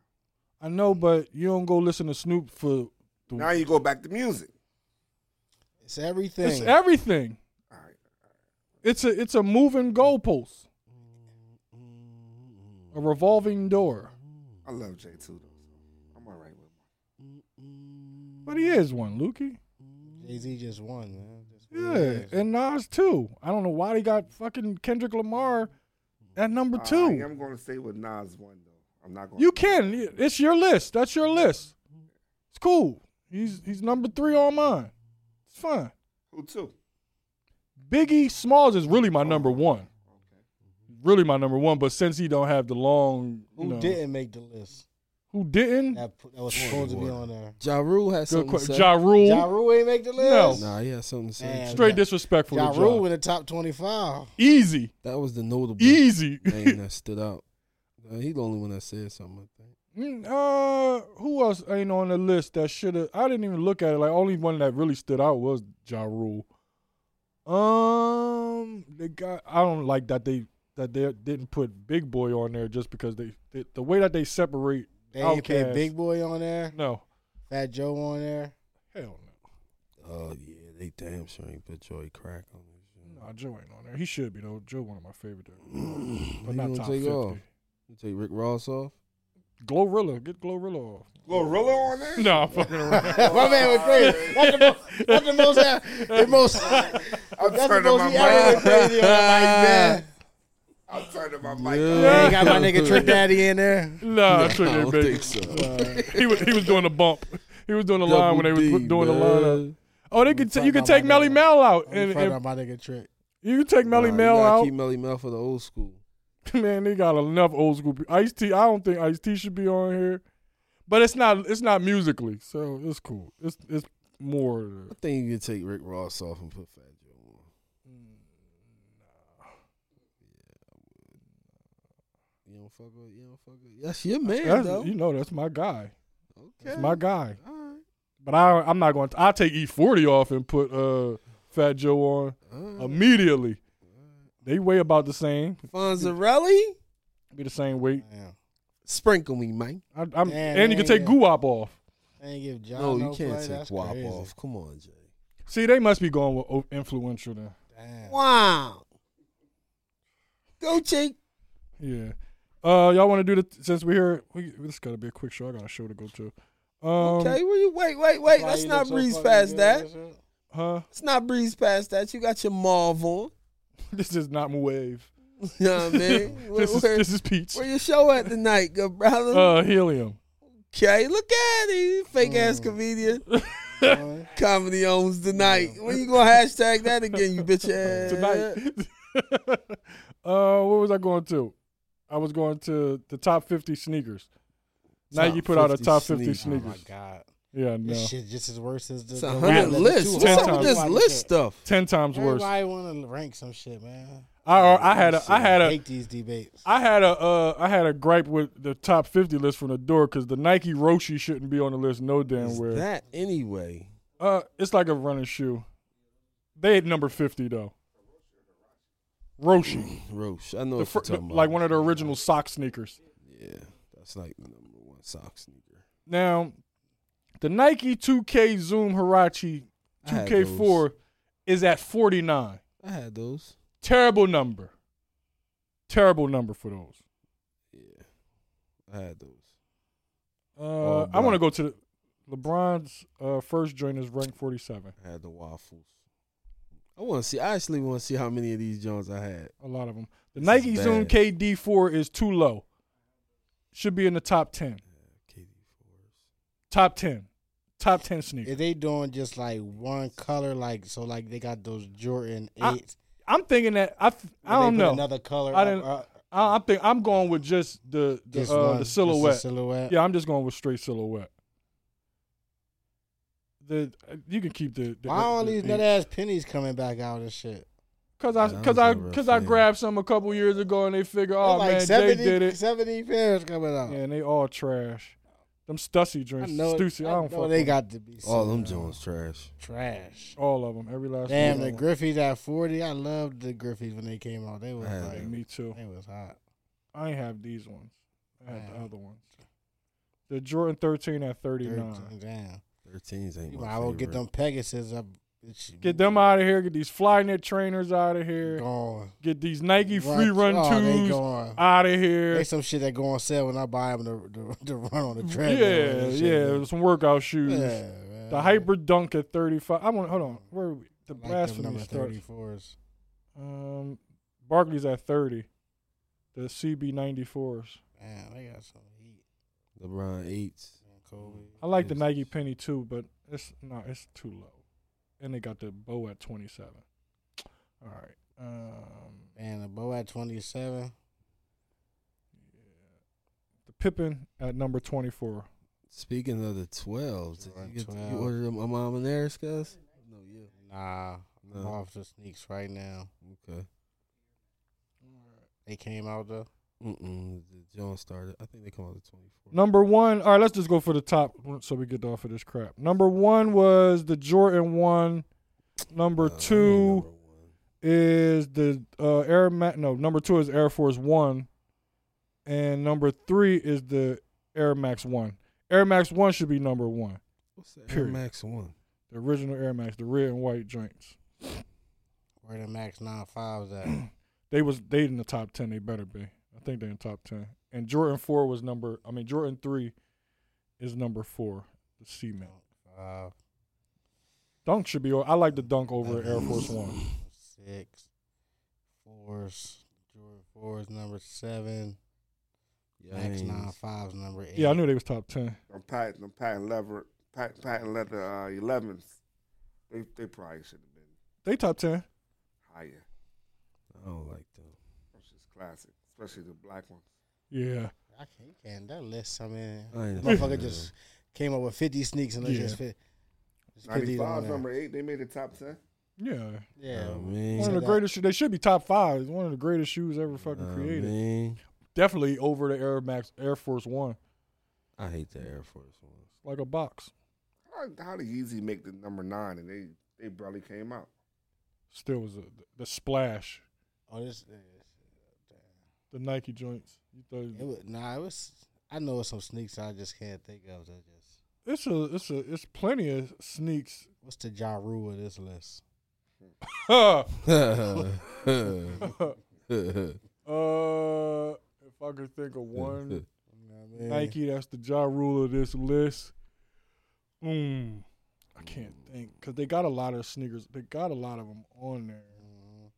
Speaker 1: I know, but you don't go listen to Snoop for the,
Speaker 4: Now you go back to music.
Speaker 3: It's everything.
Speaker 1: it's everything.
Speaker 4: All right.
Speaker 1: It's a it's a moving goalpost, a revolving door.
Speaker 4: I love Jay too though. so I'm all right with him.
Speaker 1: But he is one, Lukey.
Speaker 3: Jay Z just won, man. That's what
Speaker 1: Yeah,
Speaker 3: it is.
Speaker 1: and Nas too. I don't know why they got fucking Kendrick Lamar at number
Speaker 4: I
Speaker 1: two.
Speaker 4: am going to stay with Nas one though. I'm not going.
Speaker 1: You can. It's your list. That's your list. It's cool. He's he's number three on mine. It's fine.
Speaker 4: Who too?
Speaker 1: Biggie Smalls is really my number one. Really my number one, but since he don't have the long, you
Speaker 3: Who
Speaker 1: know-
Speaker 3: didn't make the list?
Speaker 1: Who didn't?
Speaker 3: That, pu- that was supposed to be on there.
Speaker 2: Ja Rule has
Speaker 1: Good
Speaker 2: something to
Speaker 1: question.
Speaker 2: say.
Speaker 1: Ja Rule,
Speaker 3: Ja Rule ain't make the list.
Speaker 2: Nah, he has something to say.
Speaker 3: Damn.
Speaker 1: straight
Speaker 3: Ja-
Speaker 1: disrespectful.
Speaker 3: Ja
Speaker 1: to Ja.
Speaker 3: Rule in the top twenty-five.
Speaker 1: Easy,
Speaker 2: That was the notable
Speaker 1: easy.
Speaker 2: name that stood out. Uh, he the only one that said something. I think.
Speaker 1: Mm, uh, who else ain't on the list that should have? I didn't even look at it. Like only one that really stood out was Ja Rule. Um, they got. I don't like that they that they didn't put Big Boy on there just because they, they the way that they separate.
Speaker 3: They ain't
Speaker 1: Outkast.
Speaker 3: put Big Boy on there.
Speaker 1: No,
Speaker 3: Fat Joe on there.
Speaker 1: hell no.
Speaker 2: Oh yeah, they damn sure ain't put Joey Crack on this shit.
Speaker 1: Nah, Joe ain't on there. He should be though. Joe one of my favorite, but
Speaker 2: Who
Speaker 1: not
Speaker 2: you
Speaker 1: top
Speaker 2: gonna take
Speaker 1: fifty.
Speaker 2: off? You take Rick Ross off.
Speaker 1: Glorilla, get Glorilla off.
Speaker 4: Gorilla on there?
Speaker 1: No, I'm fucking around.
Speaker 3: My man was crazy. That's the most. That's the most. The most. That's the
Speaker 4: turning
Speaker 3: most
Speaker 4: my
Speaker 3: he ever went
Speaker 4: mic.
Speaker 3: crazy on. Like man,
Speaker 4: I'm turning my mic.
Speaker 2: Yeah.
Speaker 4: Up.
Speaker 3: They ain't got my nigga Trick Daddy in there.
Speaker 1: nah,
Speaker 2: I
Speaker 1: Trick ain't
Speaker 2: don't
Speaker 1: big.
Speaker 2: think so.
Speaker 1: He was he was doing a bump. He was doing a line when they was
Speaker 2: Double
Speaker 1: put-
Speaker 2: D,
Speaker 1: doing the
Speaker 2: man.
Speaker 1: lineup. Oh, they could t-
Speaker 3: Front
Speaker 1: you could
Speaker 3: on
Speaker 1: take
Speaker 3: my
Speaker 1: Melly
Speaker 3: nigga.
Speaker 1: Mel out
Speaker 3: I'm
Speaker 1: and,
Speaker 3: front
Speaker 1: and
Speaker 3: of my nigga Trick.
Speaker 1: you could take Melly
Speaker 2: Nah, you
Speaker 1: Mel
Speaker 2: gotta
Speaker 1: out.
Speaker 2: Keep Melly Mel for the old school.
Speaker 1: Man, they got enough old school. People. Ice T, I don't think Ice T should be on here, but it's not it's not musically, so it's cool. It's it's more.
Speaker 2: I think you could take Rick Ross off and put Fat Joe on.
Speaker 1: Mm,
Speaker 2: You don't fuck with. You don't fuck with. That's your man,
Speaker 1: That's,
Speaker 2: though.
Speaker 1: you know, that's my guy.
Speaker 2: okay.
Speaker 1: That's my guy.
Speaker 2: All right.
Speaker 1: But I I'm not going. to I'll take E40 off and put uh Fat Joe on
Speaker 2: All right.
Speaker 1: immediately. They weigh about the same.
Speaker 2: Fonzarelli,
Speaker 1: Be the same weight.
Speaker 3: Damn.
Speaker 2: sprinkle me, man.
Speaker 1: I, I'm,
Speaker 3: Damn,
Speaker 1: and you can
Speaker 3: man,
Speaker 1: take
Speaker 3: yeah.
Speaker 1: Guwap off.
Speaker 3: They ain't give John
Speaker 2: No,
Speaker 3: no,
Speaker 2: you can't
Speaker 3: play.
Speaker 2: take
Speaker 3: That's
Speaker 2: Wop
Speaker 3: crazy.
Speaker 2: off. Come on, Jay.
Speaker 1: See, they must be going with o- influential then.
Speaker 3: Damn.
Speaker 2: Wow. Go Jake.
Speaker 1: Yeah. Uh, y'all want to do the since we're here? We, this got to be a quick show. I got a show to go to. Um,
Speaker 2: okay, where you wait, wait, wait.
Speaker 3: Why
Speaker 2: Let's
Speaker 3: you
Speaker 2: not
Speaker 3: look so
Speaker 2: breeze
Speaker 3: fucking
Speaker 2: past
Speaker 3: good,
Speaker 2: that.
Speaker 3: that's it?
Speaker 1: Huh?
Speaker 2: Let's not breeze past that. You got your Marv on.
Speaker 1: This is not my wave.
Speaker 2: You know what I mean? where,
Speaker 1: this is
Speaker 2: where-
Speaker 1: this is Peach.
Speaker 2: where your show at tonight, good brother?
Speaker 1: Uh, helium.
Speaker 2: okay, look at it. Fake ass
Speaker 1: Mm.
Speaker 2: comedian. Comedy owns tonight. When you gonna hashtag that again, you bitch ass?
Speaker 1: tonight. uh, what was I going to? I was going to the top fifty sneakers. Nike
Speaker 2: Top
Speaker 1: put out a
Speaker 2: 50
Speaker 1: top fifty
Speaker 2: sneakers. Oh
Speaker 1: sneakers.
Speaker 3: Oh God.
Speaker 1: Yeah, no.
Speaker 3: This shit just as worse as the.
Speaker 2: It's a
Speaker 3: the
Speaker 2: hundred
Speaker 3: rap.
Speaker 2: lists.
Speaker 3: It's
Speaker 1: Ten
Speaker 2: What's
Speaker 3: too
Speaker 2: up
Speaker 1: times
Speaker 2: with
Speaker 3: hard.
Speaker 2: this
Speaker 3: Like
Speaker 2: list
Speaker 3: shit.
Speaker 2: stuff?
Speaker 1: Ten times worse.
Speaker 3: Everybody want to rank some shit, man.
Speaker 1: I I had a I had a
Speaker 3: hate these debates.
Speaker 1: I had a uh, I had a gripe with the top fifty list from the door because the Nike Roshi shouldn't be on the list no damn
Speaker 2: Is
Speaker 1: where.
Speaker 2: that anyway?
Speaker 1: Uh, it's like a running shoe. They had number fifty though. Roshi,
Speaker 2: Roche. I
Speaker 1: the
Speaker 2: know what you're
Speaker 1: fir-
Speaker 2: talking about.
Speaker 1: like one of the original sock sneakers.
Speaker 2: Yeah, that's like the number one sock sneaker.
Speaker 1: Now, the Nike 2K Zoom Hirachi
Speaker 2: I had
Speaker 1: 2K4 is at 49.
Speaker 2: I had those.
Speaker 1: Terrible number. Terrible number for those.
Speaker 2: Yeah, I had those.
Speaker 1: Uh, I
Speaker 2: black.
Speaker 1: want to go to the, LeBron's uh, first joint is ranked 47.
Speaker 2: I had the waffles. I want to see. I actually want to see how many of these Jones I had.
Speaker 1: A lot of them. The
Speaker 2: This
Speaker 1: Nike
Speaker 2: is
Speaker 1: Zoom
Speaker 2: bad.
Speaker 1: KD4 is too low. Should be in the top 10.
Speaker 2: KD
Speaker 1: Top 10. Top 10 sneaker.
Speaker 3: If they doing just like one color, like so, like they got those Jordan
Speaker 1: I-
Speaker 3: eights.
Speaker 1: I'm thinking that I, f- I
Speaker 3: They
Speaker 1: don't
Speaker 3: put
Speaker 1: know.
Speaker 3: another color.
Speaker 1: I
Speaker 3: up,
Speaker 1: didn't-
Speaker 3: up,
Speaker 1: I, I think I'm going with just the the,
Speaker 3: just
Speaker 1: uh,
Speaker 3: one,
Speaker 1: the
Speaker 3: just a
Speaker 1: silhouette.
Speaker 3: silhouette.
Speaker 1: Yeah, I'm just going with straight silhouette. The uh, you can keep the, the
Speaker 3: Why all these nut ass pennies coming back out and shit?
Speaker 1: because I
Speaker 2: Yeah, I
Speaker 1: because
Speaker 2: was
Speaker 1: I
Speaker 2: never a
Speaker 1: because I
Speaker 2: fan.
Speaker 1: grabbed some a couple years ago and they figure oh
Speaker 3: There's like
Speaker 1: man
Speaker 3: 70,
Speaker 1: Jay did it
Speaker 3: 70 pairs coming out.
Speaker 1: yeah, and they all trash. Them Stussy
Speaker 3: I
Speaker 1: drinks,
Speaker 3: know,
Speaker 1: Stussy, I,
Speaker 3: I
Speaker 1: don't
Speaker 3: know
Speaker 1: fuck
Speaker 3: they
Speaker 1: with
Speaker 3: got to be.
Speaker 2: All them
Speaker 3: somewhere.
Speaker 2: Jones trash.
Speaker 3: trash.
Speaker 1: all of them. Every last
Speaker 3: Damn,
Speaker 1: one.
Speaker 3: the Griffies at forty. I loved the Griffies when they came out. They was
Speaker 2: Man.
Speaker 1: Yeah,
Speaker 3: like,
Speaker 1: me too.
Speaker 3: they was hot.
Speaker 1: I ain't have these ones. I had the
Speaker 3: Man.
Speaker 1: other ones. The Jordan 13 at 39.
Speaker 3: 13, Damn,
Speaker 2: Thirteens ain't
Speaker 3: you
Speaker 2: my
Speaker 3: might well
Speaker 2: favorite.
Speaker 3: get them Pegasus up. bitch.
Speaker 1: Get them out of here. Get these Flyknit trainers out of here.
Speaker 3: Gone.
Speaker 1: Get these Nike free run
Speaker 3: Run- oh, They
Speaker 1: twos
Speaker 3: gone.
Speaker 1: out of here.
Speaker 3: They some shit that go on sale when I buy them to, to, to run on the treadmill.
Speaker 1: Yeah,
Speaker 3: and
Speaker 1: yeah,
Speaker 3: shit.
Speaker 1: some workout shoes.
Speaker 3: man.
Speaker 1: The hyper dunk at thirty five. I want hold on. Where are we? The
Speaker 3: I like them
Speaker 1: blasphemy
Speaker 3: number
Speaker 1: starts.
Speaker 3: thirty fours.
Speaker 1: Um, Barkley's at thirty. The CB ninety fours.
Speaker 3: Man, they got some heat.
Speaker 2: LeBron eights.
Speaker 3: Man, Kobe.
Speaker 1: I like the
Speaker 2: Yes.
Speaker 1: Nike Penny too, but it's no, it's too low. And they got the bow at twenty seven. All right. Um,
Speaker 3: And the bow at twenty seven.
Speaker 1: the Pippin at number twenty four.
Speaker 2: Speaking of the twelves, did
Speaker 3: Jordan
Speaker 2: you, get, you
Speaker 3: 12.
Speaker 2: ordered them Amam and Eris, guys? No, you.
Speaker 3: Nah, I'm
Speaker 2: No.
Speaker 3: off the sneaks right now.
Speaker 2: Okay.
Speaker 3: They came out though.
Speaker 2: Mm-mm. The Jones started. I think they come out the twenty fourth.
Speaker 1: Number one. All right, let's just go for the top one so we get off of this crap. Number one was the Jordan one.
Speaker 3: Uh,
Speaker 1: Number two is the uh, Air Ma- No, number two is Air Force One, and number three is the Air Max One. Air Max One should be number one.
Speaker 2: What's the Air
Speaker 1: Period.
Speaker 2: Max one?
Speaker 1: The original Air Max, the red and white joints.
Speaker 3: Where the Max 95s at?
Speaker 1: They was they in the top ten. They better be. I think they in top ten. And Jordan Four was number. I mean Jordan Three is number four. The C mount.
Speaker 3: Five,
Speaker 1: Dunk should be. o- I like the dunk over Air Force One.
Speaker 3: six, fours. Jordan fours number seven.
Speaker 2: Yeah, I
Speaker 3: Max
Speaker 2: ain't-
Speaker 3: nine fives number eight.
Speaker 1: Yeah, I knew they was top ten.
Speaker 4: I'm patent, I'm patent leather, patent, patent leather uh, 11s. They, they probably should have been
Speaker 1: They top ten.
Speaker 4: higher.
Speaker 2: I don't like them.
Speaker 4: That's just classic, especially the black ones.
Speaker 1: Yeah.
Speaker 3: I can't, can't that list. I mean,
Speaker 2: I ain't a fan
Speaker 3: motherfucker
Speaker 2: of
Speaker 3: just came up with fifty sneaks and they
Speaker 1: Yeah.
Speaker 3: just fit. Just 50 on
Speaker 4: 95,
Speaker 3: there.
Speaker 4: number eight, they made the top 10.
Speaker 1: Yeah.
Speaker 3: Yeah,
Speaker 2: I
Speaker 1: One of
Speaker 2: mean,
Speaker 1: the
Speaker 3: that.
Speaker 1: greatest. They should be top five. It's One of the greatest shoes ever fucking
Speaker 2: I,
Speaker 1: created.
Speaker 2: mean,
Speaker 1: definitely over the Air Max Air Force One,
Speaker 2: I hate the Air Force ones.
Speaker 1: like a box.
Speaker 4: How, how did Yeezy make the number nine and they, they barely came out?
Speaker 1: Still was a, the splash,
Speaker 3: Oh, this. this
Speaker 1: the Nike joints. You
Speaker 3: it
Speaker 1: thought-
Speaker 3: was, nah, it was. I know some sneaks I just can't think of. That just
Speaker 1: It's a it's a it's plenty of sneaks.
Speaker 3: what's the Ja Rule of this list?
Speaker 1: uh,
Speaker 2: I
Speaker 1: if I could think of one
Speaker 3: You know what I mean?
Speaker 1: Nike, that's the jaw rule of this list. Mm, I can't think because they got a lot of sneakers. They got a lot of them on there.
Speaker 3: Mhm.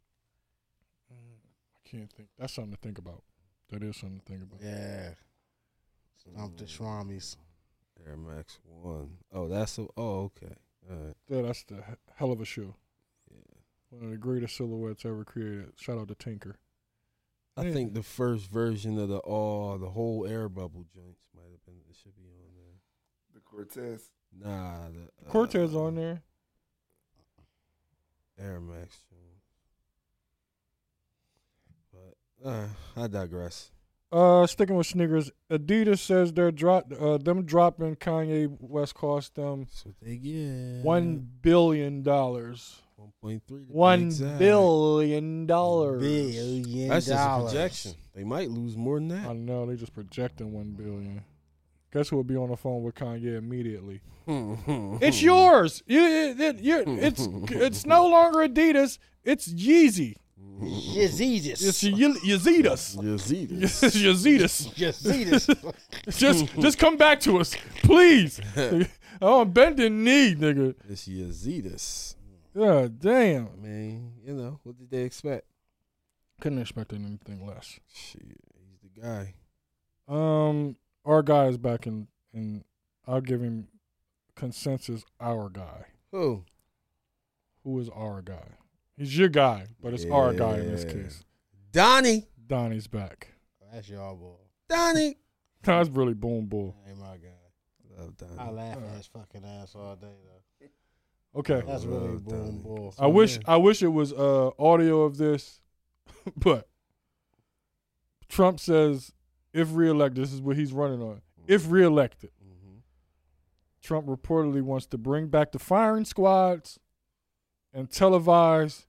Speaker 1: Mm, I can't think. That's something to think about. That is something to think about.
Speaker 3: Yeah. Stomp the Shramis.
Speaker 2: Air Max One. Oh, that's a, oh okay. All right.
Speaker 1: Yeah, that's the he- hell of a shoe.
Speaker 2: Yeah.
Speaker 1: One of the greatest silhouettes ever created. Shout out to Tinker.
Speaker 2: I
Speaker 1: Yeah.
Speaker 2: think the first version of the all the whole air bubble joints might have been it should be on there.
Speaker 4: The Cortez.
Speaker 2: Nah, the, uh,
Speaker 1: Cortez on there.
Speaker 2: Air Max. But uh, I digress.
Speaker 1: Uh, sticking with sneakers, Adidas says they're drop uh, them dropping Kanye West cost them
Speaker 2: So they get
Speaker 1: one billion dollars.
Speaker 2: one point three.
Speaker 1: One billion dollars.
Speaker 3: Billion
Speaker 2: That's just a
Speaker 3: dollars.
Speaker 2: projection. They might lose more than
Speaker 1: I
Speaker 2: that.
Speaker 1: know they just projecting one billion. Guess who will be on the phone with Kanye immediately? It's yours. You, it, it- you- it's it's no longer Adidas. It's Yeezy. It's
Speaker 3: Yazidus.
Speaker 1: Ye- Yeezitas. It's
Speaker 2: Yazidis.
Speaker 1: Yeezitas.
Speaker 3: Yazidus.
Speaker 1: Just just come back to us, please. Oh, I'm on bending knee, nigga.
Speaker 2: It's Yazidis.
Speaker 1: Yeah, damn.
Speaker 2: I mean, you know, what did they expect?
Speaker 1: Couldn't expect anything less.
Speaker 2: Shit, he's the guy.
Speaker 1: Um, our guy is back in, and I'll give him consensus. Our guy,
Speaker 2: Who?
Speaker 1: who is our guy? He's your guy, but it's our guy in this
Speaker 2: Yeah.
Speaker 1: case.
Speaker 2: Donnie.
Speaker 1: Donnie's back.
Speaker 3: Oh, That's y'all boy.
Speaker 2: Donnie.
Speaker 1: That's really boom bull.
Speaker 3: Hey, my guy.
Speaker 2: Love Donnie.
Speaker 3: I laugh
Speaker 2: Uh-huh.
Speaker 3: at his fucking ass all day though.
Speaker 1: Okay,
Speaker 3: That's
Speaker 2: Love
Speaker 3: really
Speaker 2: Donnie.
Speaker 3: boom bull.
Speaker 1: I wish I wish it was uh audio of this, but Trump says if reelected, this is what he's running on. If reelected,
Speaker 2: Mm-hmm.
Speaker 1: Trump reportedly wants to bring back the firing squads and televise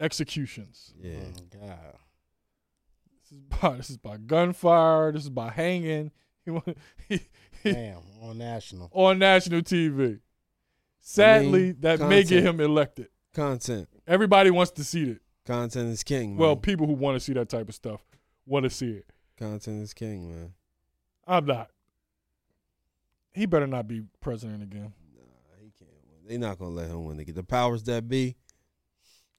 Speaker 1: executions.
Speaker 2: Yeah.
Speaker 3: Oh, God.
Speaker 1: This is by this is by gunfire. This is by hanging. He want, he, he,
Speaker 3: Damn, on national.
Speaker 1: on national TV. Sadly, that may get
Speaker 2: content.
Speaker 1: him elected.
Speaker 2: Content.
Speaker 1: Everybody wants to see it.
Speaker 2: Content is king. Man.
Speaker 1: Well, people who want to see that type of stuff want to see it.
Speaker 2: content is king, man.
Speaker 1: I'm not. He better not be president again.
Speaker 2: Nah, he can't win. They not gonna let him win. They get the powers that be.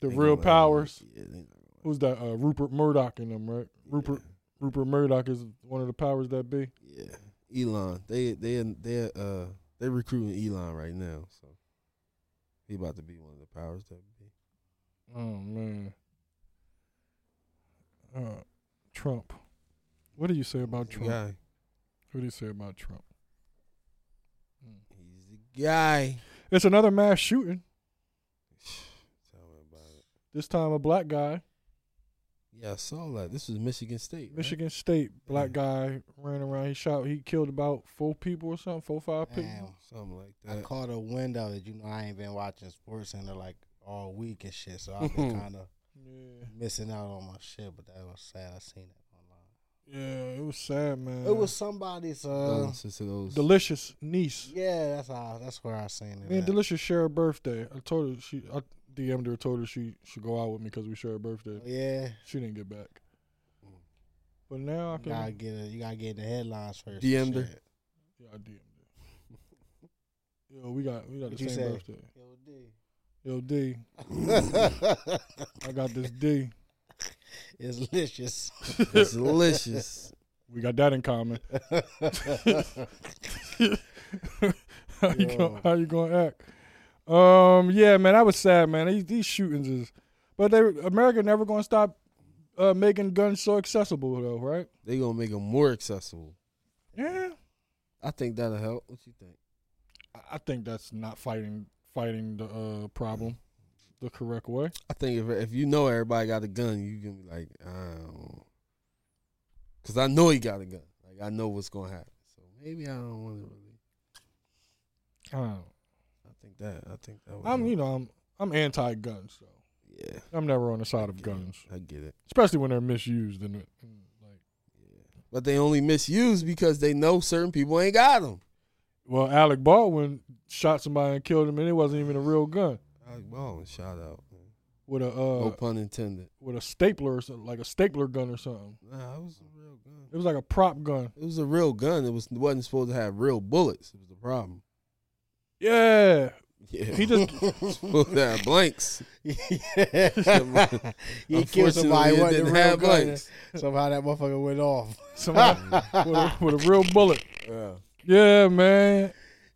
Speaker 1: The
Speaker 2: they
Speaker 1: real
Speaker 2: gonna let him win.
Speaker 1: powers.
Speaker 2: Yeah, they not gonna let him.
Speaker 1: Who's that? Uh, Rupert Murdoch in them, right? Rupert Rupert Murdoch is one of the powers that be.
Speaker 2: Yeah. yeah. Elon. They they they uh they recruiting Elon right now. So he about to be one of the powers that be.
Speaker 1: Oh man. Uh, Trump. What do you say about
Speaker 2: He's the
Speaker 1: Trump?
Speaker 2: guy.
Speaker 1: What do you say about Trump? Hmm.
Speaker 2: He's the guy.
Speaker 1: It's another mass shooting.
Speaker 2: Tell me about it.
Speaker 1: This time a black guy,
Speaker 2: Yeah, I saw that. This was Michigan State. right?
Speaker 1: Michigan State black guy ran around. He shot. He killed about four people or something. Four five people.
Speaker 3: Damn.
Speaker 2: Something like
Speaker 3: I
Speaker 2: that.
Speaker 3: caught a window that you know I ain't been watching Sports Center like all week and shit, so I've been kind of
Speaker 1: Yeah.
Speaker 3: missing out on my shit. But that was sad. I seen it
Speaker 1: Yeah. It was sad, man.
Speaker 3: online. It was somebody's. uh
Speaker 2: Condolences to those.
Speaker 1: delicious niece.
Speaker 3: Yeah, that's how. That's where I seen it.
Speaker 1: Me and
Speaker 3: at.
Speaker 1: Delicious share a birthday. I told her she. I DM'd her. Told her she should go out with me because we share a birthday.
Speaker 3: Oh, yeah,
Speaker 1: She didn't get back.
Speaker 3: Mm.
Speaker 1: But now I
Speaker 3: you
Speaker 1: can.
Speaker 3: gotta get it. You gotta get the headlines first.
Speaker 2: DM'd
Speaker 3: and
Speaker 2: her.
Speaker 3: shit.
Speaker 1: Yeah, I DM'd her. Yo, we got we got the
Speaker 3: What'd you
Speaker 1: same
Speaker 3: say?
Speaker 1: birthday. Yo, D,
Speaker 3: Yo, D.
Speaker 1: I got this D.
Speaker 3: it's delicious.
Speaker 2: It's delicious.
Speaker 1: We got that in common. how you gonna,
Speaker 3: Yo.
Speaker 1: how you gonna act? Um, yeah, man, that was sad, man. These, these shootings is, but they America never gonna stop uh, making guns so accessible though, right?
Speaker 2: they gonna make them more accessible.
Speaker 1: Yeah,
Speaker 2: I think that'll help. What you think?
Speaker 1: I- I think that's not fighting fighting the uh, problem the correct way.
Speaker 2: I think if if you know everybody got a gun, you can be like, I don't. Cause I know he got a gun. Like I know what's gonna happen. So maybe I don't want to really.
Speaker 1: I don't know.
Speaker 2: I think that. I think that. would
Speaker 1: I'm
Speaker 2: help.
Speaker 1: you know I'm I'm anti guns though.
Speaker 2: Yeah,
Speaker 1: I'm never on the side of guns,
Speaker 2: I get it.
Speaker 1: especially when they're misused and and, like.
Speaker 2: But they only misuse because they know certain people ain't got them.
Speaker 1: Well, Alec Baldwin shot somebody and killed him, and it wasn't even a real gun
Speaker 2: Alec Baldwin, shout out. Man.
Speaker 1: with a uh,
Speaker 2: no pun intended.
Speaker 1: with a stapler or something, like a stapler gun or something.
Speaker 2: Nah, it was a real gun.
Speaker 1: It was like a prop gun.
Speaker 2: It was a real gun. It was it wasn't supposed to have real bullets. It was the problem.
Speaker 1: Yeah,
Speaker 2: Yeah,
Speaker 1: he just
Speaker 2: supposed to have blanks.
Speaker 3: he killed somebody.
Speaker 2: Unfortunately, it
Speaker 3: Wasn't
Speaker 2: didn't
Speaker 3: real
Speaker 2: have
Speaker 3: gun.
Speaker 2: blanks.
Speaker 3: Somehow that motherfucker went off.
Speaker 1: somebody with, a, with a real bullet.
Speaker 2: Yeah.
Speaker 1: Yeah, man.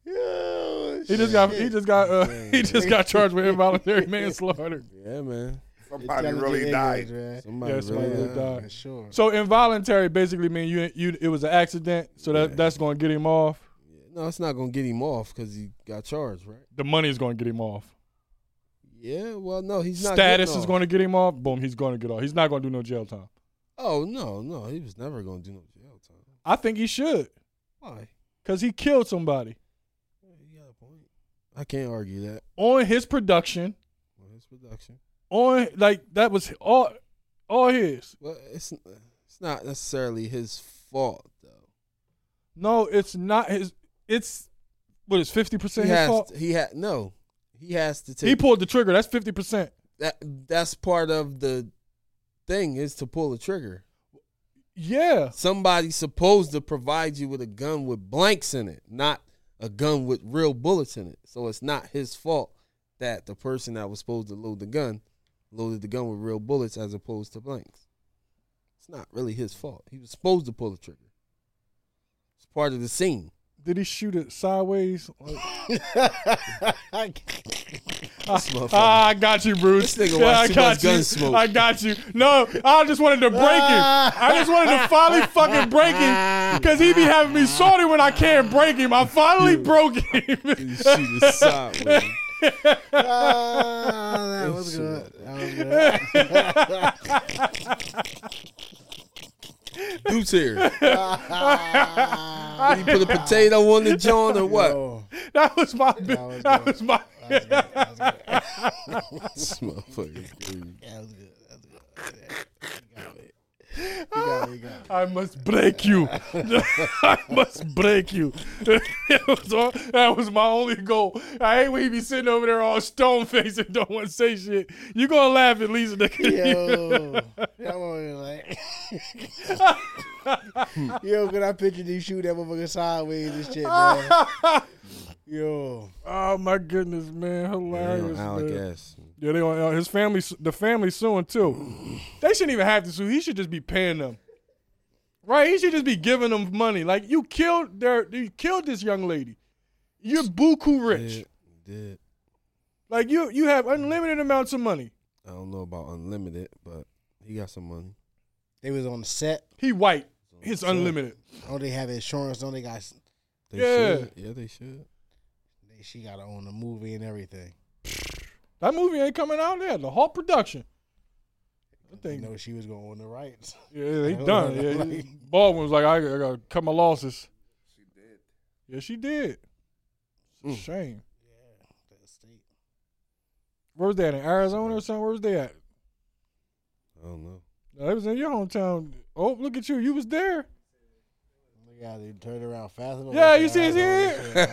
Speaker 3: Yeah,
Speaker 1: He just got he just got uh, he just got charged with involuntary manslaughter.
Speaker 2: Yeah, man.
Speaker 4: Somebody really died.
Speaker 2: Somebody
Speaker 1: Yeah, somebody
Speaker 2: really
Speaker 1: really died.
Speaker 3: Sure.
Speaker 1: So involuntary basically mean you you it was an accident, so that
Speaker 2: Yeah.
Speaker 1: that's gonna get him off.
Speaker 2: Yeah, No, it's not gonna get him off because he got charged, right?
Speaker 1: The money is going to get him off.
Speaker 2: Yeah. Well, no, he's not.
Speaker 1: Status
Speaker 2: getting
Speaker 1: is
Speaker 2: off.
Speaker 1: going to get him off. Boom, he's going to get off. He's not going to do no jail time.
Speaker 2: Oh no, no, he was never gonna do no jail time.
Speaker 1: I think he should
Speaker 2: Why?
Speaker 1: because he killed somebody
Speaker 2: Yeah, You got a point. I can't argue that.
Speaker 1: on his production.
Speaker 2: Well, his production.
Speaker 1: On like that was all, all his.
Speaker 2: Well, it's it's not necessarily his fault though.
Speaker 1: No, it's not his. It's what is fifty percent
Speaker 2: he
Speaker 1: his
Speaker 2: has
Speaker 1: fault.
Speaker 2: To, he had no. He has to take
Speaker 1: He pulled the trigger. That's fifty percent.
Speaker 2: that. That's part of the thing is to pull the trigger.
Speaker 1: Yeah,
Speaker 2: Somebody's supposed to provide you with a gun with blanks in it, not a gun with real bullets in it. So it's not his fault that the person that was supposed to load the gun loaded the gun with real bullets as opposed to blanks. It's not really his fault. He was supposed to pull the trigger. It's part of the scene.
Speaker 1: did he shoot it sideways? Like-
Speaker 2: motherfucker.
Speaker 3: Oh,
Speaker 1: Ah, I got you, Bruce.
Speaker 2: This nigga
Speaker 1: Yeah,
Speaker 2: watch
Speaker 1: I
Speaker 2: too
Speaker 1: got
Speaker 2: much
Speaker 1: you.
Speaker 2: Gunsmoke.
Speaker 1: I got you. No, I just wanted to break him. I just wanted to finally fucking break him because he be having me sorted when I can't break him. I finally broke him.
Speaker 2: You shoot it sideways.
Speaker 3: Ah, that was good. That was good.
Speaker 2: Dude's here. Did he put a potato on the joint or what?
Speaker 3: Yo,
Speaker 1: that was my. That
Speaker 3: was
Speaker 1: was, that was my.
Speaker 3: that was good.
Speaker 2: This motherfucker is crazy.
Speaker 3: That was good. That was good. That was good. You got it. You got it. You got it.
Speaker 1: I must break you. I must break you. That was all- that was my only goal. I hate when he be sitting over there all stone faced and don't want to say shit. You gonna laugh at least, nigga.
Speaker 3: Yo, that one was like, yo, could I picture these shoot that motherfucker sideways and shit, man? Yo,
Speaker 1: Oh my goodness, man! Hilarious.
Speaker 2: Damn, Alec
Speaker 1: man.
Speaker 2: Ass.
Speaker 1: Yeah, they on uh, his family. su- The family suing too. They shouldn't even have to sue. He should just be paying them. Right? He should just be giving them money. Like you killed their, you killed this young lady. You're buku rich.
Speaker 2: Did, did.
Speaker 1: Like you, you have unlimited amounts of money.
Speaker 2: I don't know about unlimited, but he got some money.
Speaker 3: they was on the set.
Speaker 1: He white. It's unlimited.
Speaker 3: Don't they have insurance? Don't they got?
Speaker 2: They
Speaker 1: Yeah.
Speaker 2: should. Yeah, they should.
Speaker 3: They, she got to own the movie and everything.
Speaker 1: That movie ain't coming out yet. The whole production. I
Speaker 3: They
Speaker 1: think.
Speaker 3: know she was gonna own the rights.
Speaker 1: Yeah, they done. Yeah, he- Baldwin was like, I, I gotta cut my losses.
Speaker 4: She did.
Speaker 1: Yeah, she did. It's a shame.
Speaker 3: The estate.
Speaker 1: Where was that in Arizona or something? Where was they at?
Speaker 2: I don't know.
Speaker 1: No, it was in your hometown. Oh, look at you. You was there.
Speaker 3: Look how they turned around fast. enough.
Speaker 1: Yeah, you see his head?
Speaker 3: Arizona shit.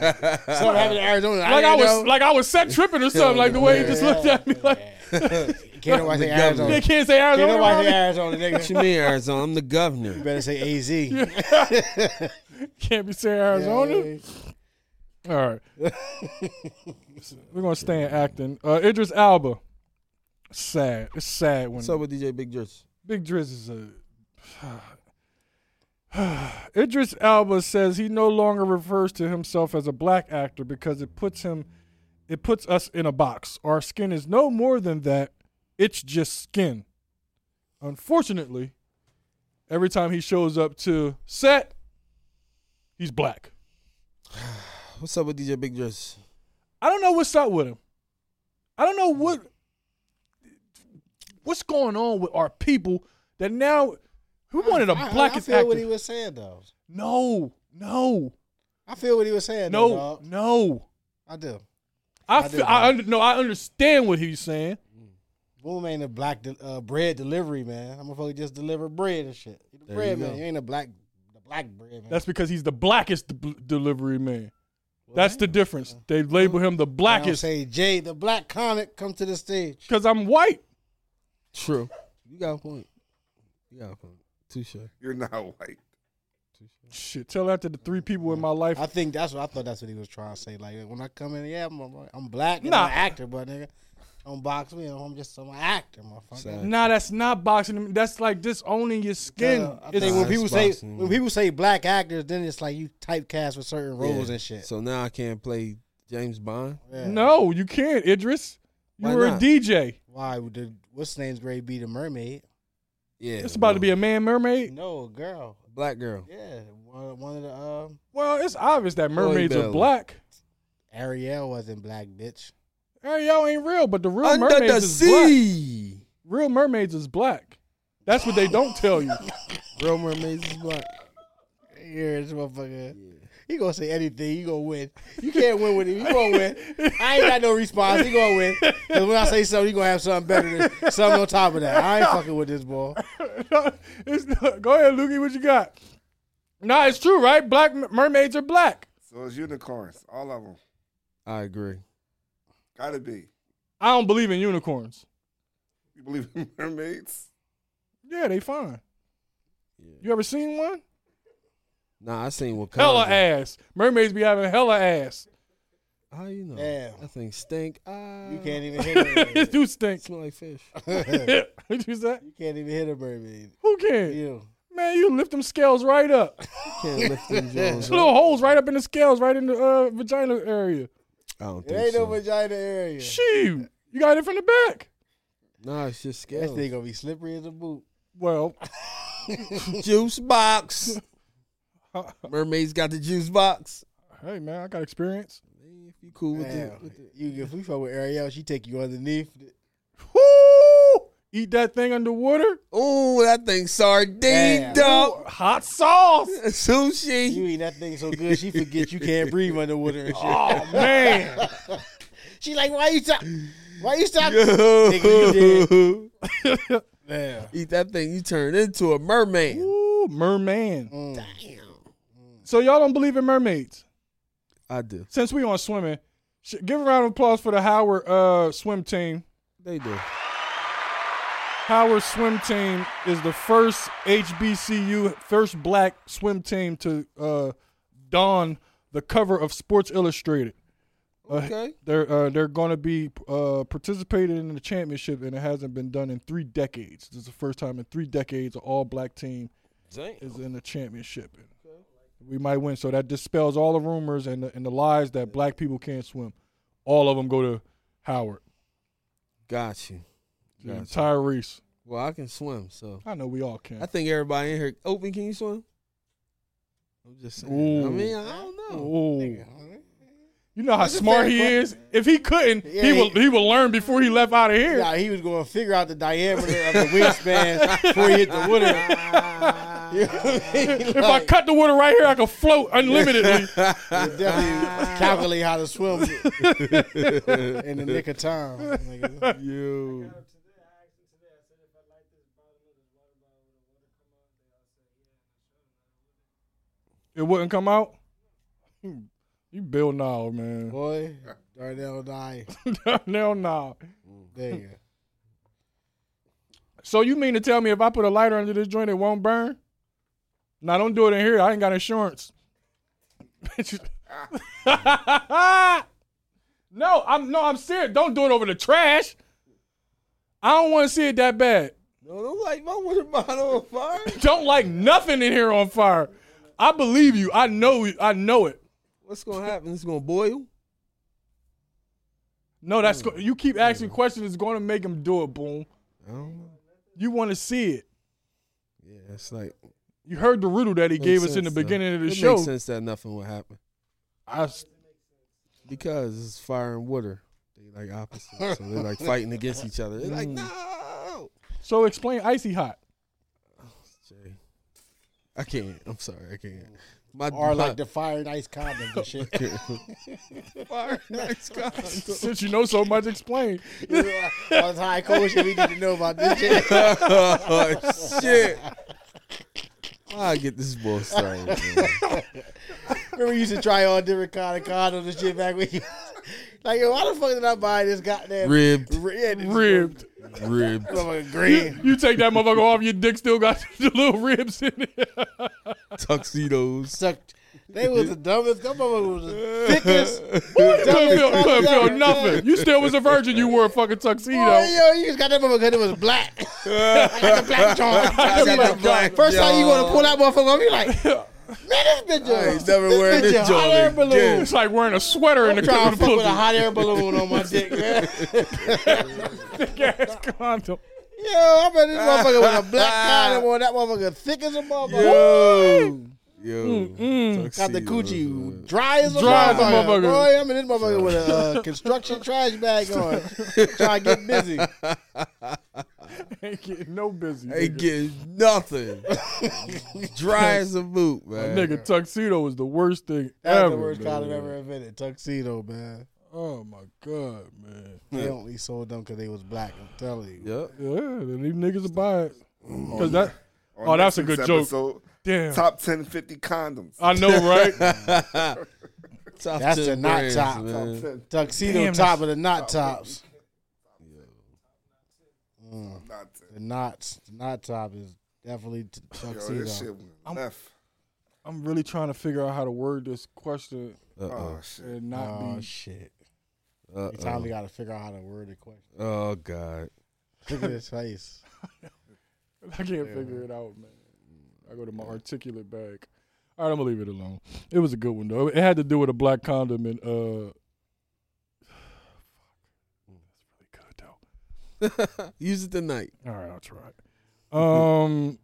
Speaker 3: Something happened in Arizona.
Speaker 1: Like I
Speaker 3: didn't
Speaker 1: was
Speaker 3: know.
Speaker 1: like I was set tripping or something, like the way he just looked at me like
Speaker 3: Can't nobody say
Speaker 2: The
Speaker 3: Arizona.
Speaker 2: governor.
Speaker 1: they can't say
Speaker 3: Can't
Speaker 1: Arizona. around
Speaker 3: nobody
Speaker 1: me.
Speaker 3: say Arizona, nigga.
Speaker 2: What you mean, Arizona? I'm the
Speaker 3: You
Speaker 2: governor.
Speaker 3: better say AZ.
Speaker 1: Can't be saying Arizona. All right. We're gonna stay in acting. Uh Idris Alba. Sad. It's sad when
Speaker 2: What's up with DJ Big Judge?
Speaker 1: Big Driz is a. Idris Alba says he no longer refers to himself as a black actor because it puts him, it puts us in a box. Our skin is no more than that. It's just skin. Unfortunately, every time he shows up to set, he's black.
Speaker 2: What's up with DJ Big Judge?
Speaker 1: I don't know what's up with him. I don't know what what's going on with our people that now who wanted a
Speaker 3: I- I-
Speaker 1: black
Speaker 3: I
Speaker 1: actor.
Speaker 3: feel what he was saying though.
Speaker 1: No, no,
Speaker 3: I feel what he was saying. though,
Speaker 1: no,
Speaker 3: dog.
Speaker 1: no.
Speaker 3: I do.
Speaker 1: I
Speaker 3: I do,
Speaker 1: feel, I
Speaker 3: man.
Speaker 1: under, no, I understand what he's saying.
Speaker 3: Boom ain't a black de- uh, bread delivery man. I'm gonna fucking just deliver bread and shit. You the
Speaker 2: There
Speaker 3: bread
Speaker 2: you
Speaker 3: man.
Speaker 2: go.
Speaker 3: You ain't a black, the black bread man.
Speaker 1: That's because he's the blackest d- delivery man. That's the difference. They label him the
Speaker 3: They don't
Speaker 1: blackest
Speaker 3: Say Jay, the black comic, come to the stage.
Speaker 1: because I'm white.
Speaker 2: True. You got a point. You got a point. Touche.
Speaker 4: You're not white.
Speaker 1: Shit, tell after the three people in my life.
Speaker 3: I think that's what I thought. That's what he was trying to say. Like when I come in, yeah, I'm, a- I'm black. and
Speaker 1: Nah.
Speaker 3: I'm an actor, but nigga, don't box me. I'm just I'm an actor, motherfucker.
Speaker 2: Sad.
Speaker 1: nah, that's not boxing. That's like disowning your skin.
Speaker 3: Uh, I
Speaker 1: It's-
Speaker 3: think when people say
Speaker 2: boxing.
Speaker 3: when people say black actors, then it's like you typecast with certain roles
Speaker 2: Yeah.
Speaker 3: and shit.
Speaker 2: So now I can't play James Bond.
Speaker 3: Yeah.
Speaker 1: no, you can't, Idris. You
Speaker 2: Why
Speaker 1: were a
Speaker 2: not?
Speaker 1: DJ.
Speaker 3: Why would the what's his name's Gray be the mermaid?
Speaker 2: Yeah,
Speaker 1: It's about to be a man mermaid.
Speaker 3: No, a girl.
Speaker 2: black girl.
Speaker 3: Yeah, one, one of the um,
Speaker 1: Well, it's obvious that mermaids are
Speaker 2: Bella.
Speaker 1: black.
Speaker 3: Ariel wasn't black, bitch.
Speaker 1: Hey, y'all ain't real, but the real
Speaker 2: Under
Speaker 1: mermaids
Speaker 2: the
Speaker 1: is black.
Speaker 2: sea.
Speaker 1: Real mermaids is black. That's what they don't tell you.
Speaker 2: Real mermaids is black.
Speaker 3: Here, this motherfucker. He gonna say anything. You gonna win. You can't win with him. You gonna win. I ain't got no response. He gonna win. Cause when I say something, he gonna have something better than something on top of that. I ain't fucking with this boy.
Speaker 1: It's not- go ahead, Lukey. What you got? Nah, it's true, right? Black m- mermaids are black.
Speaker 4: So it's unicorns, all of them.
Speaker 2: I agree.
Speaker 4: Gotta be.
Speaker 1: I don't believe in unicorns.
Speaker 4: You believe in mermaids?
Speaker 1: Yeah, they fine. You ever seen one?
Speaker 2: Nah, I seen Wakanda.
Speaker 1: Hella ass. Mermaids be having hella ass.
Speaker 2: How you know?
Speaker 3: Damn.
Speaker 2: That thing stink. Ah,
Speaker 3: You can't even hit him.
Speaker 1: Do stink.
Speaker 2: smell like fish.
Speaker 1: What you say?
Speaker 3: You can't even hit a mermaid.
Speaker 1: Who can?
Speaker 3: You.
Speaker 1: Man, you lift them scales right up.
Speaker 2: Can't lift them joints
Speaker 1: It's
Speaker 2: up.
Speaker 1: little holes right up in the scales, right in the uh, vagina area.
Speaker 2: I don't
Speaker 3: It
Speaker 2: think
Speaker 3: ain't
Speaker 2: so.
Speaker 3: no vagina area.
Speaker 1: Shoot, you got it from the back.
Speaker 2: nah, it's just
Speaker 3: That
Speaker 2: scales.
Speaker 3: thing gonna be slippery as a boot.
Speaker 1: Well,
Speaker 2: juice box. Mermaids got the juice box.
Speaker 1: hey man, I got experience.
Speaker 2: If you cool with
Speaker 3: Damn.
Speaker 2: it, with it.
Speaker 3: You if we fuck with Ariel, she take you underneath.
Speaker 1: Woo! Eat that thing underwater.
Speaker 2: Ooh, that thing sardine
Speaker 3: Damn.
Speaker 2: dog.
Speaker 1: Hot sauce.
Speaker 2: Sushi.
Speaker 3: You eat that thing so good, she forget you can't breathe underwater and shit.
Speaker 1: Oh man,
Speaker 3: She like, why you stop? Why you stop? Nigga, you
Speaker 2: Yo.
Speaker 3: Damn.
Speaker 2: Eat that thing, you turn into a mermaid.
Speaker 1: Ooh, merman.
Speaker 3: Mm.
Speaker 1: So y'all don't believe in mermaids?
Speaker 2: I do.
Speaker 1: Since we on swimming, sh- give a round of applause for the Howard uh, swim team.
Speaker 2: They do.
Speaker 1: Howard swim team is the first HBCU, first black swim team to uh, don the cover of Sports Illustrated. Uh,
Speaker 2: Okay.
Speaker 1: They're uh, they're going to be uh, participating in the championship, and it hasn't been done in three decades. This is the first time in three decades an all black team is in the championship. We might win, so that dispels all the rumors and the, and the lies that black people can't swim. All of them go to Howard,
Speaker 2: Got you.
Speaker 1: and
Speaker 2: Gotcha.
Speaker 1: Tyrese.
Speaker 2: Well, I can swim, so
Speaker 1: I know we all can.
Speaker 2: I think everybody in here. Open, can you swim? I'm just saying. I
Speaker 1: Ooh.
Speaker 2: mean, I don't know.
Speaker 1: Ooh. You know how
Speaker 3: a
Speaker 1: smart
Speaker 3: fair
Speaker 1: he
Speaker 3: question.
Speaker 1: is. If he couldn't,
Speaker 3: Yeah,
Speaker 1: he
Speaker 3: he-
Speaker 1: would he would learn before he left out of here.
Speaker 3: Yeah, he was going to figure out the diameter of the wingspan before he hit the water. you know what I mean?
Speaker 1: if I cut the water right here, I could float unlimitedly.
Speaker 3: Like, definitely calculate how to swim in the nick of time. nigga.
Speaker 2: You.
Speaker 1: it wouldn't come out. You you Bill Nile, man.
Speaker 3: Boy, Darnell die.
Speaker 1: Now, nah.
Speaker 3: There you
Speaker 1: So you mean to tell me if I put a lighter under this joint, it won't burn? Nah, don't do it in here. I ain't got insurance. Bitch. no, I'm no, I'm serious. Don't do it over the trash. I don't want to see it that bad.
Speaker 2: No, don't light my water bottle on fire.
Speaker 1: don't like nothing in here on fire. I believe you. I know. I know it.
Speaker 2: What's gonna happen? It's gonna boil.
Speaker 1: No, that's go- you keep asking questions. It's going to make him do it. Boom.
Speaker 2: I don't know.
Speaker 1: You want to see it.
Speaker 2: Yeah, it's like
Speaker 1: You heard the riddle that he
Speaker 2: makes
Speaker 1: gave us in the
Speaker 2: sense, though.
Speaker 1: beginning of the
Speaker 2: it
Speaker 1: show.
Speaker 2: Makes sense that nothing will happen
Speaker 1: I s-
Speaker 2: because it's fire and water. They like opposites, so they're like fighting against each other. They're like,
Speaker 1: Mm.
Speaker 2: no,
Speaker 1: so explain icy hot.
Speaker 2: Jay. I can't. I'm sorry, I can't. My
Speaker 3: go. Or like
Speaker 2: my-
Speaker 3: the fire and ice condom and shit.
Speaker 2: fire. Nice guy.
Speaker 1: Since you know so much, explain.
Speaker 3: All the high coach shit we need to know about this shit.
Speaker 2: oh shit! I get this boy started. man.
Speaker 3: Remember, you used to try all different kind of condoms and shit back when you. Like, yo, why the fuck did I buy this goddamn
Speaker 2: Ribbed,
Speaker 3: ri- yeah, this
Speaker 1: Ribbed.
Speaker 2: ribbed.
Speaker 3: motherfucking green?
Speaker 1: You take that motherfucker off, your dick still got the little ribs in it.
Speaker 2: tuxedos.
Speaker 3: Sucked. They was the dumbest. That motherfucker was the thickest. dumbest
Speaker 1: couldn't feel,
Speaker 3: condoms
Speaker 1: couldn't
Speaker 3: ever.
Speaker 1: feel nothing. You still was a virgin. You wore a fucking
Speaker 3: Boy,
Speaker 1: tuxedo.
Speaker 3: yo, you just got that motherfucker 'cause it was black. I got the black joint.
Speaker 2: I got the black
Speaker 3: First time you gonna
Speaker 2: joint.
Speaker 3: pull that motherfucker off, you like, man, this bitch.
Speaker 2: I ain't never wearing
Speaker 3: bitch
Speaker 2: this
Speaker 3: a hot air
Speaker 2: joint
Speaker 3: balloon.
Speaker 2: again.
Speaker 1: It's like wearing a sweater in the
Speaker 3: Trying
Speaker 1: cover
Speaker 3: to fuck with a
Speaker 1: pussy.
Speaker 3: hot air balloon on my dick, man.
Speaker 1: Thick ass condom.
Speaker 3: Yo, I bet this motcolor with a black collar on. That motherfucker thick as a motherfucker.
Speaker 2: Yo. Yo.
Speaker 3: Got the coochie dry as a
Speaker 1: Dry as a
Speaker 3: motherfucker.
Speaker 1: motherfucker.
Speaker 3: Boy, I'm in this motherfucker with a uh, construction trash bag on. Trying to get busy.
Speaker 1: Ain't getting no busy.
Speaker 2: Ain't
Speaker 1: nigga.
Speaker 2: getting nothing. Dry as a boot, man.
Speaker 1: Nigga, tuxedo is the worst thing
Speaker 3: That's
Speaker 1: ever.
Speaker 3: the worst
Speaker 1: nigga.
Speaker 3: collar ever invented. Tuxedo, man.
Speaker 1: Oh my god, man.
Speaker 3: They only sold them because they was black. I'm telling you.
Speaker 2: Yep.
Speaker 1: Yeah, these niggas will buy it. Cause that.
Speaker 4: On
Speaker 1: Oh, that's a
Speaker 4: Netflix
Speaker 1: good joke. Uh,
Speaker 4: episode,
Speaker 1: Damn.
Speaker 4: Top 10 50 condoms.
Speaker 1: I know, right?
Speaker 2: Top
Speaker 3: That's
Speaker 2: 10
Speaker 3: the not
Speaker 2: brands,
Speaker 3: top.
Speaker 4: Top
Speaker 2: man.
Speaker 4: 10.
Speaker 3: Tuxedo
Speaker 1: Damn,
Speaker 3: top of the knot tops.
Speaker 4: Not 10.
Speaker 3: The knots. The knot top is definitely t-
Speaker 4: Yo,
Speaker 3: tuxedo.
Speaker 4: this shit went
Speaker 1: I'm-
Speaker 4: left.
Speaker 1: I'm really trying to figure out how to word this question
Speaker 4: Oh,
Speaker 2: Uh-oh.
Speaker 4: shit.
Speaker 1: and not
Speaker 3: oh,
Speaker 1: be.
Speaker 3: shit. Tommy
Speaker 1: uh,
Speaker 2: Uh-oh.
Speaker 3: got to figure out how to word the question.
Speaker 2: Oh, God.
Speaker 3: Look at his face.
Speaker 1: I can't figure it out, man. I go to my articulate bag. All right, I'm gonna leave it alone. It was a good one though. It had to do with a black condom and uh. Mm, That's really good though.
Speaker 2: Use it tonight.
Speaker 1: All right, I'll try. it. Um,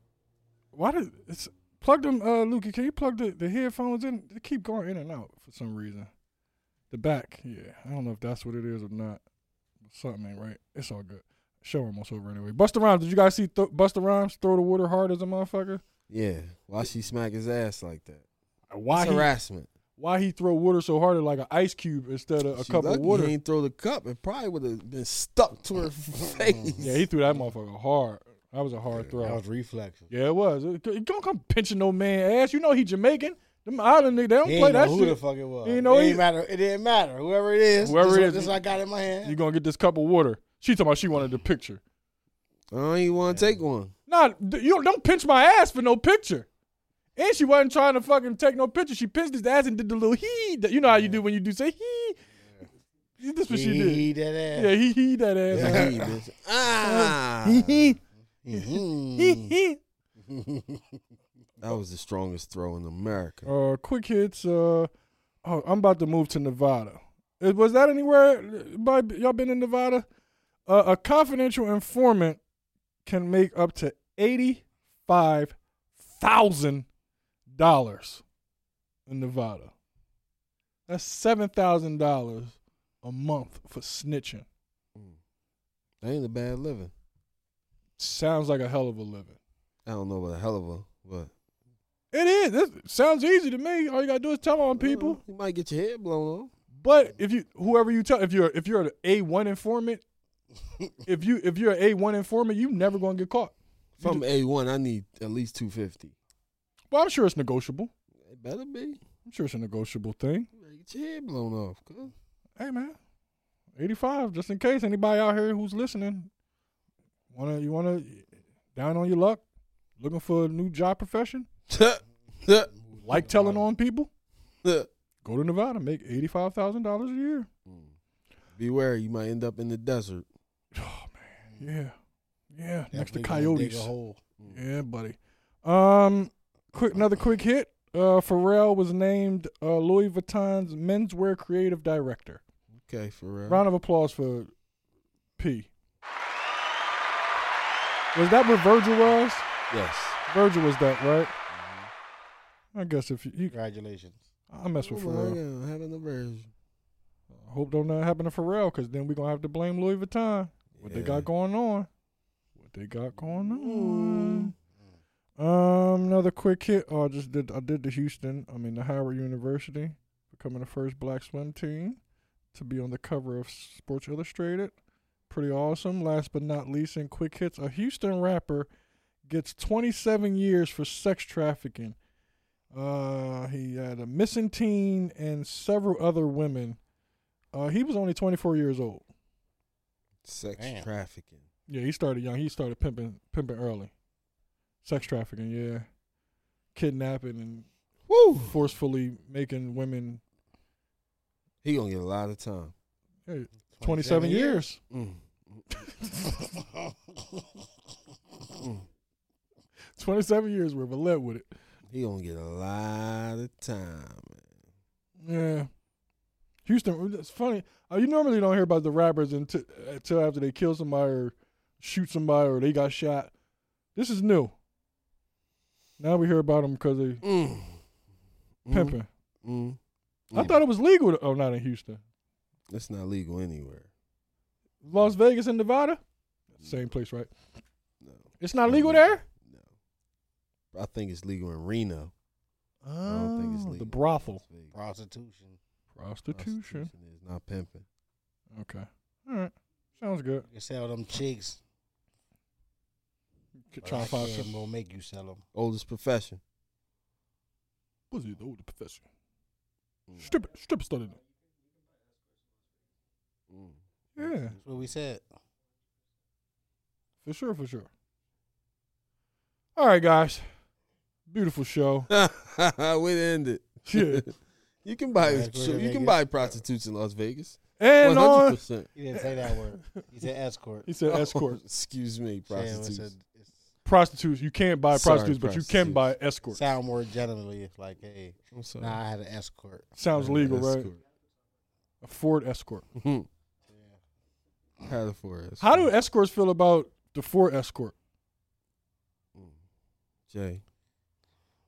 Speaker 1: why did it's plug them, uh, Lukey? Can you plug the, the headphones in? They keep going in and out for some reason. The back, yeah. I don't know if that's what it is or not. Something ain't right. It's all good. Show almost over anyway. Buster Rhymes, did you guys see th- Buster Rhymes throw the water hard as a motherfucker?
Speaker 2: Yeah. Why she smack his ass like that?
Speaker 1: Why
Speaker 2: It's
Speaker 1: he,
Speaker 2: harassment.
Speaker 1: why he throw water so hard at like an ice cube instead of a
Speaker 2: She
Speaker 1: cup of
Speaker 2: lucky
Speaker 1: water?
Speaker 2: He ain't throw the cup. It probably would have been stuck to her face.
Speaker 1: Yeah, he threw that motherfucker hard. That was a hard throw.
Speaker 3: That was reflection.
Speaker 1: Yeah, it was. It, it don't come pinching no man ass. You know he Jamaican. Them island niggas, they don't
Speaker 3: He
Speaker 1: play
Speaker 3: ain't
Speaker 1: that
Speaker 3: know who the
Speaker 1: shit.
Speaker 3: fuck it was.
Speaker 1: He ain't know
Speaker 3: it
Speaker 1: either.
Speaker 3: didn't matter. It didn't matter. Whoever it is,
Speaker 1: Whoever
Speaker 3: this
Speaker 1: it
Speaker 3: what-
Speaker 1: is,
Speaker 3: this what I got in my hand.
Speaker 1: You gonna get this cup of water? She talking about she wanted the picture.
Speaker 2: Oh, you want to take one?
Speaker 1: Nah, d- you don't- don't pinch my ass for no picture. And she wasn't trying to fucking take no picture. She pinched his ass and did the little he. That you know how you do when you do say he. This what she
Speaker 3: he,
Speaker 1: did.
Speaker 3: he that ass.
Speaker 1: Yeah, he he that ass.
Speaker 2: Hey, bitch. ah, Mm-hmm.
Speaker 1: He he he
Speaker 3: Mhm.
Speaker 1: he.
Speaker 2: that was the strongest throw in America.
Speaker 1: Uh, quick hits. Uh, oh, I'm about to move to Nevada. Uh, Was that anywhere? By y'all been in Nevada? Uh, a confidential informant can make up to eighty-five thousand dollars in Nevada. That's seven thousand dollars a month for snitching.
Speaker 2: That ain't a bad living.
Speaker 1: Sounds like a hell of a living.
Speaker 2: I don't know what a hell of a what.
Speaker 1: It is. This sounds easy to me. All you gotta do is tell on people.
Speaker 2: you might get your head blown off.
Speaker 1: But if you whoever you tell if you're if you're an A one informant, if you if you're an A one informant, you never gonna get caught.
Speaker 2: If I'm A one, I need at least two fifty.
Speaker 1: Well, I'm sure it's negotiable.
Speaker 2: It better be.
Speaker 1: I'm sure it's a negotiable thing.
Speaker 2: You might Get your head blown off. cuz.
Speaker 1: Hey man, eighty five, just in case anybody out here who's listening, wanna you wanna down on your luck, looking for a new job profession, like telling on people, go to Nevada, make eighty five thousand dollars a year.
Speaker 2: Beware, you might end up in the desert.
Speaker 1: Yeah, yeah, next to
Speaker 3: Definitely gonna dig
Speaker 1: coyotes.
Speaker 3: a hole.
Speaker 1: Yeah, buddy. Um, quick another quick hit. Uh, Pharrell was named uh, Louis Vuitton's menswear creative director.
Speaker 2: Okay, for real.
Speaker 1: Round of applause for P. Was that what Virgil was?
Speaker 2: Yes.
Speaker 1: Virgil was that, right? I guess if you, you
Speaker 3: Congratulations.
Speaker 1: I mess with
Speaker 2: Oh my
Speaker 1: Pharrell.
Speaker 2: God, having a version.
Speaker 1: I hope don't not happen to Pharrell, cause then we gonna have to blame Louis Vuitton. What they
Speaker 2: Yeah.
Speaker 1: got going on? What they got going on? Um, another quick hit. Oh, I just did. I did the Houston. I mean the Howard University becoming the first black swim team to be on the cover of Sports Illustrated. Pretty awesome. Last but not least, in quick hits, a Houston rapper gets 27 years for sex trafficking. Uh, he had a missing teen and several other women. Uh, he was only 24 years old.
Speaker 2: Sex
Speaker 3: Damn.
Speaker 2: trafficking.
Speaker 1: Yeah, he started young. He started pimping, pimping early. Sex trafficking, yeah, kidnapping and
Speaker 2: Woo!
Speaker 1: forcefully making women.
Speaker 2: He gonna get a lot of time.
Speaker 1: Hey, 27 years.
Speaker 2: Mm. Mm.
Speaker 1: 27 years worth of lead with it.
Speaker 2: He gonna get a lot of time.
Speaker 1: Yeah. Houston, it's funny. Uh, you normally don't hear about the rappers until, until after they kill somebody or shoot somebody or they got shot. This is new. Now we hear about them because they
Speaker 2: Mm. Mm.
Speaker 1: pimping.
Speaker 2: Mm.
Speaker 1: I
Speaker 2: Mm.
Speaker 1: thought it was legal. To, oh, not in Houston,
Speaker 2: That's not legal anywhere.
Speaker 1: Las Vegas and Nevada, same place, right?
Speaker 2: No.
Speaker 1: It's not legal there.
Speaker 2: No. I think it's legal in Reno.
Speaker 1: Oh,
Speaker 2: don't think it's
Speaker 1: the
Speaker 2: legal.
Speaker 1: brothel,
Speaker 2: Las Vegas.
Speaker 3: Prostitution.
Speaker 1: prostitution.
Speaker 2: is not pimping.
Speaker 1: Okay, all right, sounds good.
Speaker 3: You can sell them chicks.
Speaker 1: Get
Speaker 3: but
Speaker 1: Try
Speaker 3: I
Speaker 1: to find
Speaker 3: can't,
Speaker 1: some
Speaker 3: gonna make you sell them.
Speaker 2: Oldest profession.
Speaker 1: pussy though, the professor. Strip, strip study.
Speaker 2: Mm.
Speaker 1: Yeah,
Speaker 3: That's what we said.
Speaker 1: for sure, for sure. All right, guys, beautiful show.
Speaker 2: we end it.
Speaker 1: Yeah,
Speaker 2: You can buy
Speaker 3: Las Vegas.
Speaker 2: you can buy prostitutes in Las Vegas.
Speaker 1: and
Speaker 2: One hundred
Speaker 1: on.
Speaker 2: percent.
Speaker 3: He didn't say that word. He said escort.
Speaker 1: He
Speaker 2: oh.
Speaker 1: said escort.
Speaker 2: Excuse me,
Speaker 3: Sam, it's
Speaker 2: prostitutes.
Speaker 3: a- it's
Speaker 1: prostitutes. You can't buy
Speaker 2: Sorry,
Speaker 1: prostitutes, but you can
Speaker 2: prostitutes.
Speaker 1: buy escorts.
Speaker 3: Sound word generally it's like, hey,
Speaker 2: I'm
Speaker 1: Uh,
Speaker 2: sorry.
Speaker 3: nah, I had an escort.
Speaker 1: Sounds
Speaker 2: Had an
Speaker 1: legal, right?
Speaker 2: escort.
Speaker 1: A Ford escort.
Speaker 2: Mhm. Had a four escort.
Speaker 1: How do escorts feel about the Ford escort?
Speaker 2: Jay?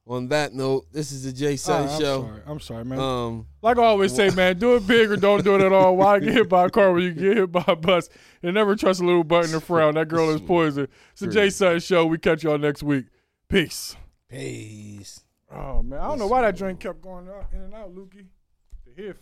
Speaker 2: On that note, this is the Jay Sutton
Speaker 1: Alright, Ah, Oh, I'm
Speaker 2: Show.
Speaker 1: sorry. I'm sorry, man.
Speaker 2: Um,
Speaker 1: like I always say, man, do it big or don't do it at all. Why get hit by a car when you get hit by a bus? And never trust a little button to frown. That girl is poison. It's the Jay
Speaker 2: Great.
Speaker 1: Sutton Show. We catch y'all next week. Peace.
Speaker 3: Peace.
Speaker 1: Oh man, I don't know why that drink kept going up in and out, Lukey. The headphones.